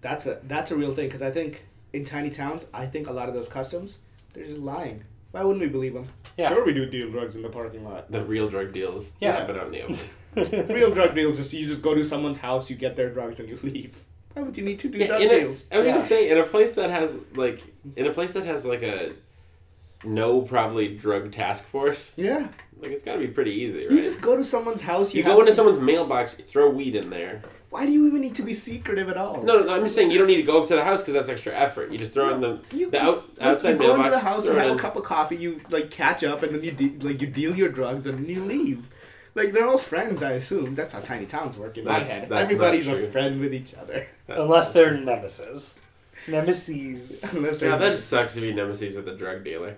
Speaker 2: That's a that's a real thing because I think in tiny towns, I think a lot of those customs, they're just lying. Why wouldn't we believe them?
Speaker 4: Yeah.
Speaker 2: Sure, we do deal drugs in the parking lot.
Speaker 1: the real drug deals
Speaker 4: Yeah.
Speaker 1: happen on the open.
Speaker 2: Real drug deals, just you just go to someone's house, you get their drugs, and you leave. Why would you need to do
Speaker 1: Yeah,
Speaker 2: drug
Speaker 1: in a, I
Speaker 2: deals?
Speaker 1: was
Speaker 4: Yeah.
Speaker 1: gonna say in a place that has like in a place that has like a no probably drug task force.
Speaker 2: Yeah.
Speaker 1: Like it's got to be pretty easy, right?
Speaker 2: You just go to someone's house. You,
Speaker 1: You
Speaker 2: have,
Speaker 1: go into someone's mailbox, you throw weed in there.
Speaker 2: Why do you even need to be secretive at all?
Speaker 1: No, no, no, I'm just saying you don't need to go up to the house because that's extra effort. You just throw in the,
Speaker 2: You,
Speaker 1: the out,
Speaker 2: you-
Speaker 1: outside
Speaker 2: you go
Speaker 1: mailbox.
Speaker 2: into the house, you
Speaker 1: throw it
Speaker 2: have a
Speaker 1: in.
Speaker 2: cup of coffee, you like catch up, and then you de- like you deal your drugs, and then you leave. Like they're all friends, I assume. That's how tiny towns work in my
Speaker 1: That's-
Speaker 2: head.
Speaker 1: that's not
Speaker 2: Everybody's a
Speaker 1: true.
Speaker 2: friend with each other.
Speaker 4: Unless they're nemesis. Nemesis.
Speaker 2: Unless
Speaker 1: Yeah,
Speaker 2: they're-
Speaker 1: that sucks to be nemesis with a drug dealer.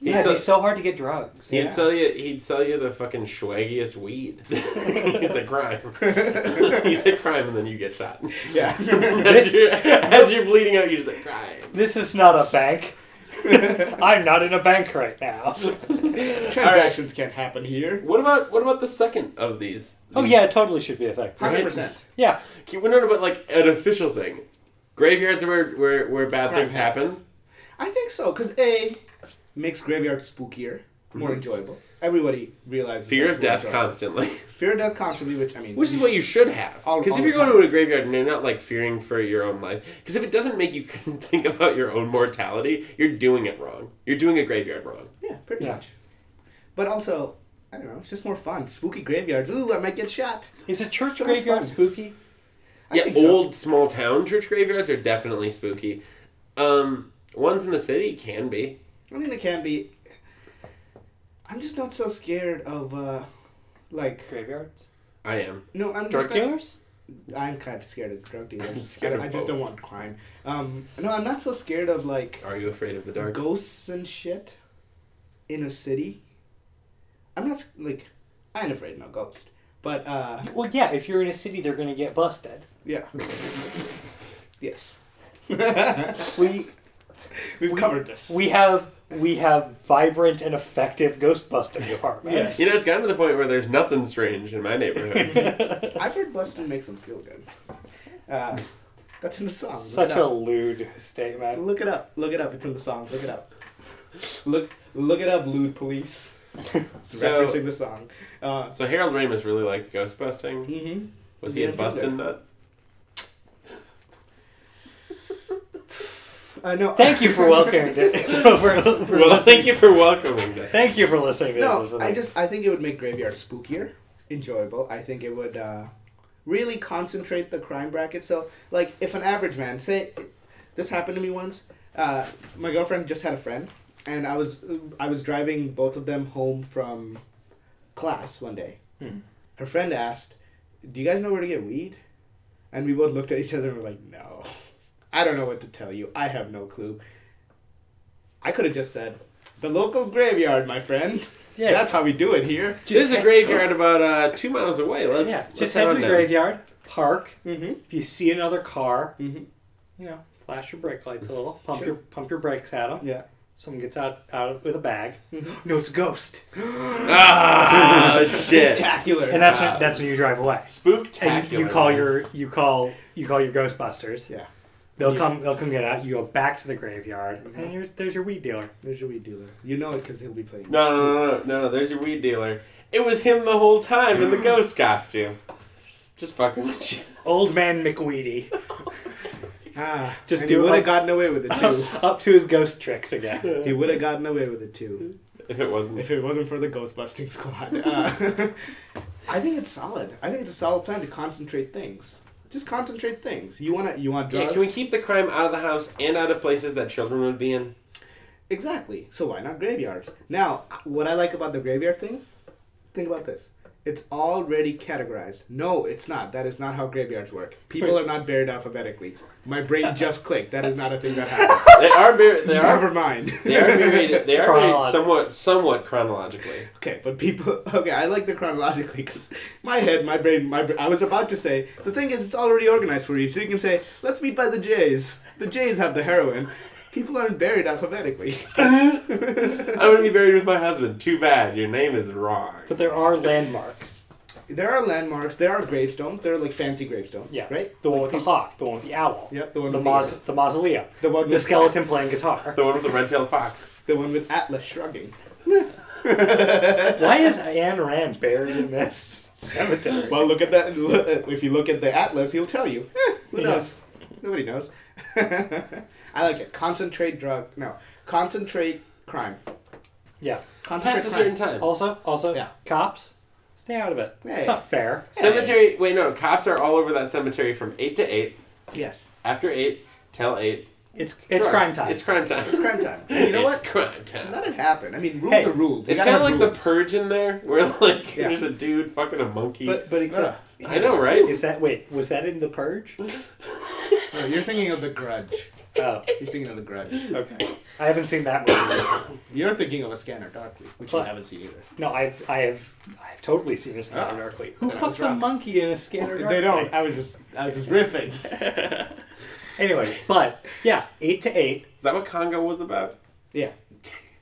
Speaker 4: Yeah, it'd be so hard to get drugs.
Speaker 1: He'd
Speaker 2: Yeah.
Speaker 1: sell you. He'd sell you the fucking swaggiest weed. He's like crime. He's like crime, and then you get shot.
Speaker 2: yeah.
Speaker 1: as, you're, as you're bleeding out, you just like crime.
Speaker 4: This is not a bank. I'm not in a bank right now.
Speaker 2: Transactions can't happen here.
Speaker 1: What about what about the second of these?
Speaker 4: Oh
Speaker 1: These-
Speaker 4: yeah, it totally should be a thing.
Speaker 2: Hundred percent.
Speaker 4: Yeah.
Speaker 1: Keep- We're not about like an official thing. Graveyards are where where, where bad
Speaker 2: Crime
Speaker 1: things happen.
Speaker 2: I think so, cause a makes graveyards spookier, more enjoyable. Everybody realizes
Speaker 1: Mm-hmm. Fear
Speaker 2: that's
Speaker 1: of
Speaker 2: more
Speaker 1: death
Speaker 2: enjoyable.
Speaker 1: constantly,
Speaker 2: Fear of death constantly, which I mean,
Speaker 1: which is what you should have.
Speaker 2: All-
Speaker 1: Because
Speaker 2: all
Speaker 1: if you're
Speaker 2: the
Speaker 1: going
Speaker 2: time.
Speaker 1: to a graveyard and you're not like fearing for your own life, because if it doesn't make you think about your own mortality, you're doing it wrong. You're doing a graveyard wrong.
Speaker 2: Yeah, pretty
Speaker 4: Yeah.
Speaker 2: much. But also, I don't know, it's just more fun. Spooky graveyards. Ooh, I might get shot.
Speaker 4: Is a church
Speaker 2: So it's
Speaker 4: graveyard
Speaker 2: fun.
Speaker 4: spooky?
Speaker 2: I
Speaker 1: yeah,
Speaker 2: think so.
Speaker 1: old small town church graveyards are definitely spooky. Um, ones in the city can be.
Speaker 2: I think they can be. I'm just not so scared of, uh, like,
Speaker 4: Graveyards?
Speaker 1: I am.
Speaker 2: no, I'm
Speaker 4: Drug
Speaker 2: just not-
Speaker 4: dealers?
Speaker 2: I'm kind of scared of drug dealers.
Speaker 1: I'm scared
Speaker 2: I, don't-
Speaker 1: of
Speaker 2: I just don't
Speaker 1: both.
Speaker 2: want crime. Um, no, I'm not so scared of like
Speaker 1: Are you afraid of the dark?
Speaker 2: ghosts and shit in a city. I'm not s- like I ain't afraid of no ghost, but uh,
Speaker 4: Well, yeah, if you're in a city, they're going to get busted.
Speaker 2: yeah, yes. We've
Speaker 4: We
Speaker 2: covered this.
Speaker 4: we have we have vibrant and effective ghost busting departments.
Speaker 2: Yes.
Speaker 1: You know, it's gotten to the point where there's nothing strange in my neighborhood.
Speaker 2: I've heard Bustin makes them feel good. Uh, that's in the song. Look
Speaker 4: Such
Speaker 2: it
Speaker 4: a
Speaker 2: up.
Speaker 4: lewd statement.
Speaker 2: Look it up. Look it up. It's in the song. Look it up. Look look it up, Lewd Police. It's
Speaker 1: So-
Speaker 2: referencing the song. Uh,
Speaker 1: so Harold Ramis really liked ghost busting.
Speaker 2: mm-hmm.
Speaker 1: Was he a
Speaker 2: Yeah, I think so.
Speaker 1: bustin' nut?
Speaker 2: uh, no.
Speaker 4: Thank you for welcoming. To, for, for
Speaker 1: Well,
Speaker 4: listening.
Speaker 1: thank you for welcoming that.
Speaker 4: Thank you for listening to this.
Speaker 2: No,
Speaker 4: listener.
Speaker 2: I just I think it would make Graveyard spookier, enjoyable. I think it would uh, really concentrate the crime bracket. So, like, if an average man, say, this happened to me once. Uh, my girlfriend just had a friend, and I was I was driving both of them home from class one day.
Speaker 4: Hmm.
Speaker 2: Her friend asked, "Do you guys know where to get weed?" And we both looked at each other and were like, "No, I don't know what to tell you. I have no clue." I could have just said, "The local graveyard, my friend."
Speaker 4: Yeah.
Speaker 2: That's how we do it here.
Speaker 1: There's a graveyard about uh, two miles away. Let's,
Speaker 4: yeah,
Speaker 1: let's
Speaker 4: just head to
Speaker 1: on
Speaker 4: the
Speaker 1: down.
Speaker 4: graveyard, park.
Speaker 2: Mm-hmm.
Speaker 4: If you see another car,
Speaker 2: Mm-hmm.
Speaker 4: you know, flash your brake lights a little, pump
Speaker 2: Sure. Mm.
Speaker 4: your pump your brakes at them.
Speaker 2: Yeah.
Speaker 4: Someone gets out out with a bag. no, it's a ghost,
Speaker 1: Ah, shit.
Speaker 2: Spectacular.
Speaker 4: and that's
Speaker 1: Wow.
Speaker 4: when that's when you drive away. And
Speaker 1: Spooktacular.
Speaker 4: you call your you call you call your Ghostbusters.
Speaker 2: yeah.
Speaker 4: They'll come they'll come get out. You go back to the graveyard, and you're, there's your weed dealer.
Speaker 2: There's your weed dealer. You know it because he'll be playing.
Speaker 1: No, no, no, no, no, no. There's your weed dealer. It was him the whole time in the ghost costume. Just fucking with you.
Speaker 4: Old man McWeedy
Speaker 2: Ah,
Speaker 4: Just
Speaker 2: and he
Speaker 4: do it
Speaker 2: would have
Speaker 4: like-
Speaker 2: gotten away with it too.
Speaker 4: up to his ghost tricks again.
Speaker 2: he would have gotten away with it too
Speaker 1: If it wasn't.
Speaker 2: if it wasn't for the Ghostbusting squad. Uh, I think it's solid. I think it's a solid plan to concentrate things. Just concentrate things. You wanna you want drugs.
Speaker 1: Yeah, can we keep the crime out of the house and out of places that children would be in?
Speaker 2: Exactly. So why not graveyards? Now, what I like about the graveyard thing, think about this. It's already categorized. No, it's not. That is not how graveyards work. People are not buried alphabetically. My brain just clicked. That is not a thing that happens.
Speaker 1: They are buried. They
Speaker 2: Never
Speaker 1: are.
Speaker 2: mind.
Speaker 1: They are buried. They are buried
Speaker 4: Chronological.
Speaker 1: somewhat, somewhat chronologically.
Speaker 2: okay, but people. Okay, I like the chronologically because my head, my brain, my. Br- I was about to say the thing is it's already organized for you, so you can say let's meet by the Jays. The Jays have the heroin. People aren't buried alphabetically.
Speaker 1: I'm gonna be buried with my husband. Too bad. Your name is wrong.
Speaker 4: But there are landmarks.
Speaker 2: There are landmarks. There are gravestones. There are like fancy gravestones.
Speaker 4: Yeah,
Speaker 2: Right.
Speaker 4: The one with the hawk, the one with the owl.
Speaker 2: Yep. The one
Speaker 4: The
Speaker 2: with
Speaker 4: maus- the mausoleum.
Speaker 2: The one
Speaker 4: The
Speaker 2: with
Speaker 4: skeleton playing guitar.
Speaker 1: The one with the red-tailed fox.
Speaker 2: The one with Atlas shrugging.
Speaker 4: Why is Ayn Rand buried in this cemetery?
Speaker 2: Well, look at that. If you look at the Atlas, he'll tell you. Eh, who
Speaker 4: Yeah.
Speaker 2: knows? Nobody knows. I like it. Concentrate drug. No, concentrate crime.
Speaker 4: Yeah.
Speaker 2: Concentrate
Speaker 1: Past a certain
Speaker 2: crime.
Speaker 1: time.
Speaker 4: Also, also,
Speaker 2: Yeah.
Speaker 4: cops, stay out of it.
Speaker 2: Hey.
Speaker 4: It's not fair.
Speaker 1: Cemetery. Wait, no. Cops are all over that cemetery from eight to eight.
Speaker 2: Yes,
Speaker 1: After eight, till eight.
Speaker 4: It's it's
Speaker 1: Drug.
Speaker 4: crime time.
Speaker 1: It's crime time.
Speaker 2: it's crime time. And you know
Speaker 1: It's
Speaker 2: what?
Speaker 1: crime time.
Speaker 2: Let it happen. I mean, rules
Speaker 4: Hey,
Speaker 2: are rules. You
Speaker 1: it's
Speaker 2: gotta
Speaker 1: kind of like
Speaker 2: have
Speaker 1: the
Speaker 2: rules.
Speaker 1: purge in there, where like
Speaker 2: Yeah.
Speaker 1: there's a dude fucking a monkey.
Speaker 4: but but except
Speaker 1: I know, right?
Speaker 4: is that wait was that in the purge?
Speaker 2: No, you're thinking of the Grudge.
Speaker 4: Oh,
Speaker 2: He's thinking of the Grudge.
Speaker 4: okay. I haven't seen that movie.
Speaker 2: You're thinking of a Scanner Darkly, which you
Speaker 4: What?
Speaker 2: haven't seen either.
Speaker 4: No, I've I have I have totally seen a scanner
Speaker 2: Oh.
Speaker 4: darkly. Who
Speaker 2: Then I was
Speaker 4: fucks a
Speaker 2: wrong.
Speaker 4: monkey in a scanner darkly?
Speaker 2: They don't. I was just, I was just riffing.
Speaker 4: Anyway, but yeah, eight to eight.
Speaker 1: Is that what Congo was about?
Speaker 2: Yeah.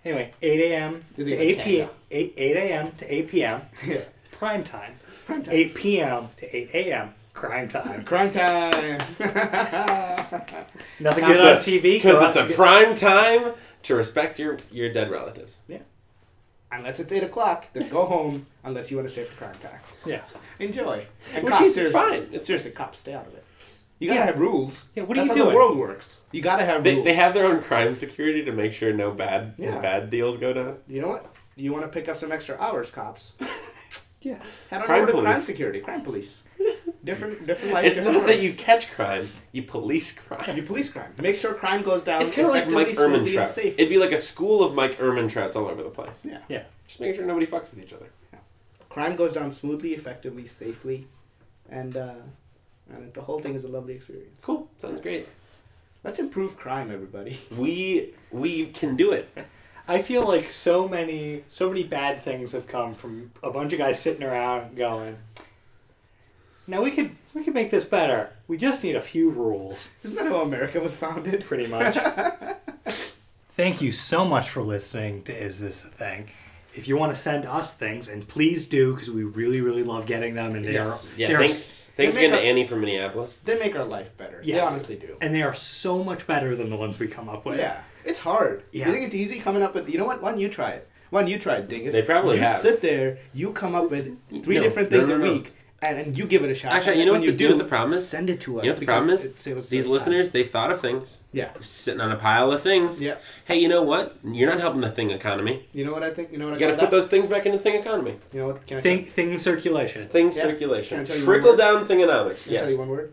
Speaker 4: Anyway, eight a.m.
Speaker 2: You're
Speaker 4: to
Speaker 2: thinking
Speaker 4: eight
Speaker 2: of
Speaker 4: p.
Speaker 2: Canada.
Speaker 4: Eight eight a.m. to eight p.m.
Speaker 2: Yeah.
Speaker 4: Prime time.
Speaker 2: Prime time.
Speaker 4: Eight p.m. to eight a.m. Crime time.
Speaker 2: Crime time.
Speaker 4: Nothing good on TV go out
Speaker 1: Because
Speaker 4: and
Speaker 1: it's a
Speaker 4: get-
Speaker 1: prime time to respect your your dead relatives.
Speaker 2: unless it's eight o'clock, then go home. Unless you want to stay for crime time.
Speaker 4: yeah.
Speaker 2: Enjoy. And
Speaker 1: Which
Speaker 2: cops,
Speaker 1: is
Speaker 2: seriously-
Speaker 1: fine. It's
Speaker 2: Seriously, cops, stay out of it. You gotta
Speaker 4: Yeah.
Speaker 2: have rules.
Speaker 4: Yeah, what are
Speaker 2: That's
Speaker 4: you
Speaker 2: how
Speaker 4: doing?
Speaker 2: the world works. You gotta have
Speaker 1: They,
Speaker 2: rules.
Speaker 1: they have their own crime security to make sure no bad
Speaker 2: Yeah.
Speaker 1: bad deals go down.
Speaker 2: You know what? You want to pick up some extra hours, cops?
Speaker 4: Yeah.
Speaker 2: Head on
Speaker 1: Crime
Speaker 2: over to crime
Speaker 1: police.
Speaker 2: security, crime police. Different, different life.
Speaker 1: It's
Speaker 2: different
Speaker 1: not that
Speaker 2: world.
Speaker 1: you catch crime, you police crime.
Speaker 2: You police crime. Make sure crime goes down.
Speaker 1: It's kind of like Mike
Speaker 2: effectively, smoothly, and
Speaker 1: Ermintrout.
Speaker 2: safely.
Speaker 1: It'd be like a school of Mike Ermintrouts all over the place.
Speaker 2: Yeah.
Speaker 4: Yeah.
Speaker 1: Just making sure nobody fucks with each other.
Speaker 2: crime goes down smoothly, effectively, safely, and uh, and the whole thing is a lovely experience.
Speaker 1: Cool. Sounds great.
Speaker 2: Let's improve crime, everybody.
Speaker 1: We we can do it.
Speaker 4: I feel like so many so many bad things have come from a bunch of guys sitting around going. Now we could we could make this better. We just need a few rules,
Speaker 2: Isn't that how America was founded?
Speaker 4: pretty much. Thank you so much for listening to Is This a Thing? If you want to send us things, and please do, because we really, really love getting them, and they
Speaker 2: Yes.
Speaker 4: are
Speaker 1: Yeah.
Speaker 4: they are
Speaker 1: Thanks. Thanks
Speaker 2: They make
Speaker 1: again to
Speaker 2: a-
Speaker 1: Annie from Minneapolis.
Speaker 2: They make our life better. They
Speaker 4: Yeah.
Speaker 2: honestly do.
Speaker 4: and they are so much better than the ones we come up with.
Speaker 2: Yeah, it's hard.
Speaker 4: Yeah.
Speaker 2: You think it's easy coming up with? You know what? Why don't you try it? Why don't you try it, Dingus?
Speaker 1: They probably
Speaker 2: you
Speaker 1: have.
Speaker 2: sit there. You come up with three
Speaker 1: No,
Speaker 2: different
Speaker 1: no,
Speaker 2: things
Speaker 1: no,
Speaker 2: a
Speaker 1: no.
Speaker 2: week, and, and you give it a shot.
Speaker 1: Actually,
Speaker 2: And
Speaker 1: you know
Speaker 2: when
Speaker 1: what
Speaker 2: you
Speaker 1: the-
Speaker 2: do?
Speaker 1: you know what the problem is?
Speaker 2: Send it to us.
Speaker 1: You know what the
Speaker 2: because
Speaker 1: problem is?
Speaker 2: it saves us
Speaker 1: These
Speaker 2: time.
Speaker 1: listeners, they thought of things.
Speaker 2: Yeah.
Speaker 1: Sitting on a pile of things.
Speaker 2: Yeah.
Speaker 1: Hey, you know what? You're not helping the thing economy.
Speaker 2: You know what I think? You know what I
Speaker 1: You got to
Speaker 2: call
Speaker 1: put
Speaker 2: that?
Speaker 1: those things back in the thing economy.
Speaker 2: You know what? Can I tell-
Speaker 4: Thing thing circulation.
Speaker 1: Thing
Speaker 2: Yeah. Can I
Speaker 1: circulation.
Speaker 2: tell you
Speaker 1: Trickle
Speaker 2: one
Speaker 1: down thingonomics.
Speaker 2: Can I tell you
Speaker 1: Yes.
Speaker 2: one word?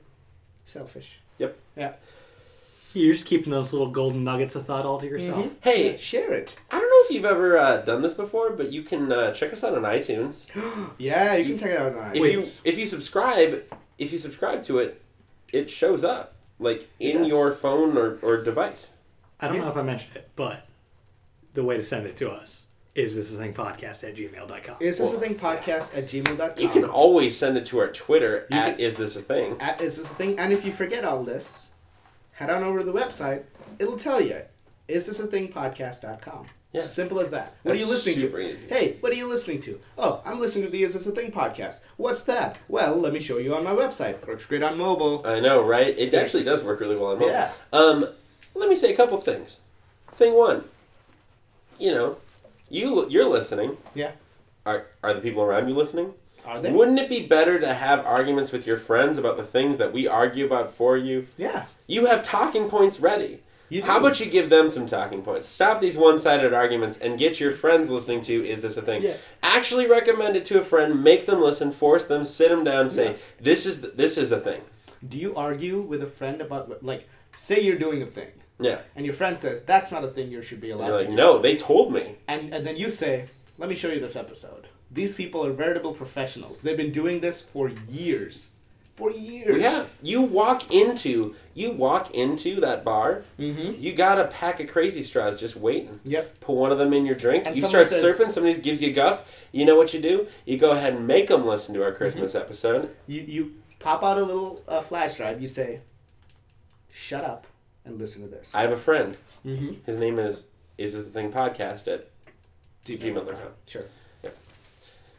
Speaker 2: Selfish.
Speaker 1: Yep.
Speaker 2: Yeah.
Speaker 4: You're just keeping those little golden nuggets of thought all to yourself.
Speaker 2: Mm-hmm.
Speaker 1: Hey,
Speaker 2: Share it.
Speaker 1: I don't know if you've ever uh, done this before, but you can uh, check us out on iTunes.
Speaker 2: Yeah, you can check it out on
Speaker 1: If
Speaker 2: iTunes.
Speaker 1: you if you subscribe, if you subscribe to it, it shows up like
Speaker 2: It
Speaker 1: in
Speaker 2: does.
Speaker 1: your phone or, or device.
Speaker 4: I don't know if I mentioned it, but the way to send it to us is this thing podcast at gmail.com.
Speaker 2: Is this a thing podcast at gmail.com?
Speaker 1: Oh, You can always send it to our Twitter
Speaker 2: You
Speaker 1: at
Speaker 2: can-
Speaker 1: is this a thing.
Speaker 2: at is this a thing? And if you forget all this, head on over to the website. It'll tell you. Is this a thing podcast.com?
Speaker 1: Yeah.
Speaker 2: Simple as that. What are
Speaker 1: That's
Speaker 2: you listening
Speaker 1: super
Speaker 2: to?
Speaker 1: easy.
Speaker 2: Hey, what are you listening to? Oh, I'm listening to the Is This a Thing podcast. What's that? Well, let me show you on my website. Works great on mobile.
Speaker 1: I know, right? It actually does work really well on mobile.
Speaker 2: Yeah.
Speaker 1: Um, let me say a couple things. Thing one, you know, you you're listening.
Speaker 2: Yeah.
Speaker 1: Are are the people around you listening?
Speaker 2: Are they?
Speaker 1: Wouldn't it be better to have arguments with your friends about the things that we argue about for you?
Speaker 2: Yeah.
Speaker 1: You have talking points ready.
Speaker 2: You do.
Speaker 1: How about you give them some talking points? Stop these one-sided arguments and get your friends listening to "Is this a thing?"
Speaker 4: Yeah.
Speaker 1: Actually, recommend it to a friend. Make them listen. Force them. Sit them down. Say, "This is th- this is a thing."
Speaker 2: Do you argue with a friend about, like, say you're doing a thing,
Speaker 1: Yeah.
Speaker 2: and your friend says, that's not a thing you should be allowed
Speaker 1: And you're
Speaker 2: to
Speaker 1: like,
Speaker 2: do.
Speaker 1: no, they told me.
Speaker 2: and and then you say, "Let me show you this episode. These people are veritable professionals. They've been doing this for years, for years."
Speaker 1: Yeah, you walk into you walk into that bar.
Speaker 2: Mhm.
Speaker 1: You got a pack of crazy straws just waiting.
Speaker 2: Yep.
Speaker 1: Put one of them in your drink.
Speaker 2: And
Speaker 1: you
Speaker 2: someone
Speaker 1: start
Speaker 2: says-
Speaker 1: slurping. Somebody gives you a guff. You know what you do? You go ahead and make them listen to our Christmas
Speaker 2: Mm-hmm.
Speaker 1: episode.
Speaker 2: You you pop out a little uh, flash drive. You say, "Shut up and listen to this."
Speaker 1: I have a friend.
Speaker 2: mm-hmm.
Speaker 1: His name is is this the thing podcast at gmail.com.
Speaker 2: Sure.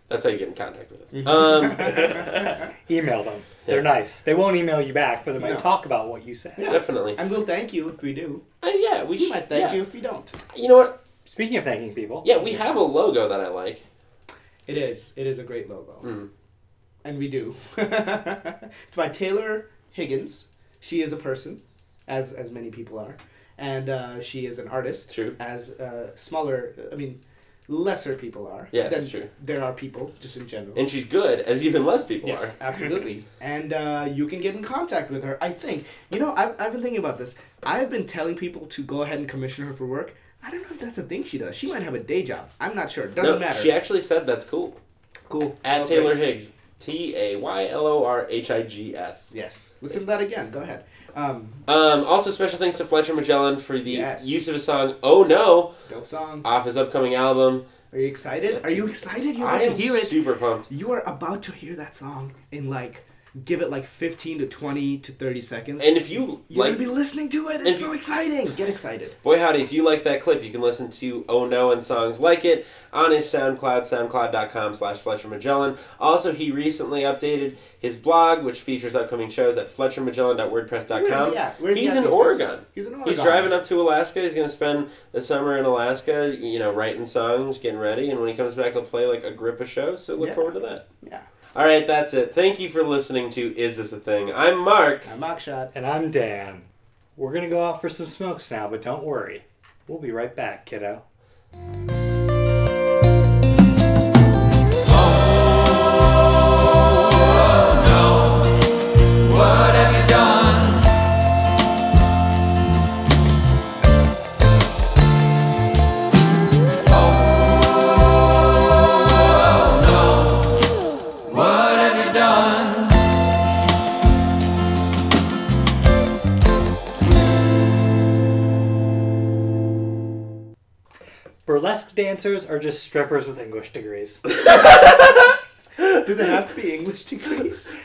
Speaker 1: That's how you get in contact with
Speaker 2: Mm-hmm.
Speaker 1: us. Um,
Speaker 4: Email them.
Speaker 1: Yeah.
Speaker 4: They're nice. They won't email you back, but they might
Speaker 2: No.
Speaker 4: talk about what you said.
Speaker 2: Yeah.
Speaker 1: definitely.
Speaker 2: And we'll thank you if we do.
Speaker 1: Uh, yeah, we
Speaker 2: We
Speaker 1: should.
Speaker 2: might thank
Speaker 1: yeah.
Speaker 2: you if we don't.
Speaker 1: You know what?
Speaker 4: Speaking of thanking people,
Speaker 1: Yeah, we have a logo that I like.
Speaker 2: It is. It is a great logo.
Speaker 1: Mm.
Speaker 2: And we do. it's by Taylor Higgins. She is a person, as as many people are. and uh, she is an artist.
Speaker 1: True.
Speaker 2: As uh, smaller, I mean, lesser people are.
Speaker 1: Yeah,
Speaker 2: than
Speaker 1: that's true.
Speaker 2: There are people just in general.
Speaker 1: And she's good, as even less people
Speaker 2: Yes, absolutely. and uh, you can get in contact with her. I think. You know, I've, I've been thinking about this. I've been telling people to go ahead and commission her for work. I don't know if that's a thing she does. She might have a day job. I'm not sure.
Speaker 1: are.
Speaker 2: Doesn't
Speaker 1: no,
Speaker 2: matter.
Speaker 1: she actually said that's cool.
Speaker 2: cool.
Speaker 1: At
Speaker 2: Well,
Speaker 1: Taylor
Speaker 2: great.
Speaker 1: Higgs, T A Y L O R H I G S.
Speaker 2: Yes. Listen to that again. Go ahead. Um,
Speaker 1: Um, also, special thanks to Fletcher Magellan for the
Speaker 2: Yes.
Speaker 1: use of his song "Oh No"
Speaker 2: dope song.
Speaker 1: off his upcoming album.
Speaker 2: Are you excited? Are you excited? You're
Speaker 1: I
Speaker 2: about to
Speaker 1: am
Speaker 2: hear it.
Speaker 1: super pumped.
Speaker 2: You are about to hear that song in like, give it like 15 to 20 to 30 seconds.
Speaker 1: And if you
Speaker 2: You're
Speaker 1: like,
Speaker 2: gonna be listening to it.
Speaker 1: if-
Speaker 2: It's so exciting. Get excited.
Speaker 1: boy howdy, if you like that clip, you can listen to "Oh No" and songs like it on his SoundCloud, SoundCloud.com/slash Fletcher Magellan. Also, he recently updated his blog, which features upcoming shows at FletcherMagellan.wordpress.com.
Speaker 2: at? Where's he
Speaker 1: Uh, He's
Speaker 2: at
Speaker 1: in
Speaker 2: these days?
Speaker 1: Oregon.
Speaker 2: He's in Oregon.
Speaker 1: He's driving up to Alaska. He's going to spend the summer in Alaska, you know, writing songs, getting ready, and when he comes back, he'll play like a grip of shows. So look
Speaker 2: Yeah.
Speaker 1: forward to that.
Speaker 2: Yeah.
Speaker 1: All right, that's it. Thank you for listening to Is This a Thing? I'm Mark.
Speaker 2: I'm Akshat.
Speaker 4: And I'm Dan. We're going to go out for some smokes now, but don't worry. We'll be right back, kiddo.
Speaker 3: What have you done? Oh, oh, no. What have you done?
Speaker 4: Burlesque dancers are just strippers with English degrees.
Speaker 2: Do they have to be English degrees?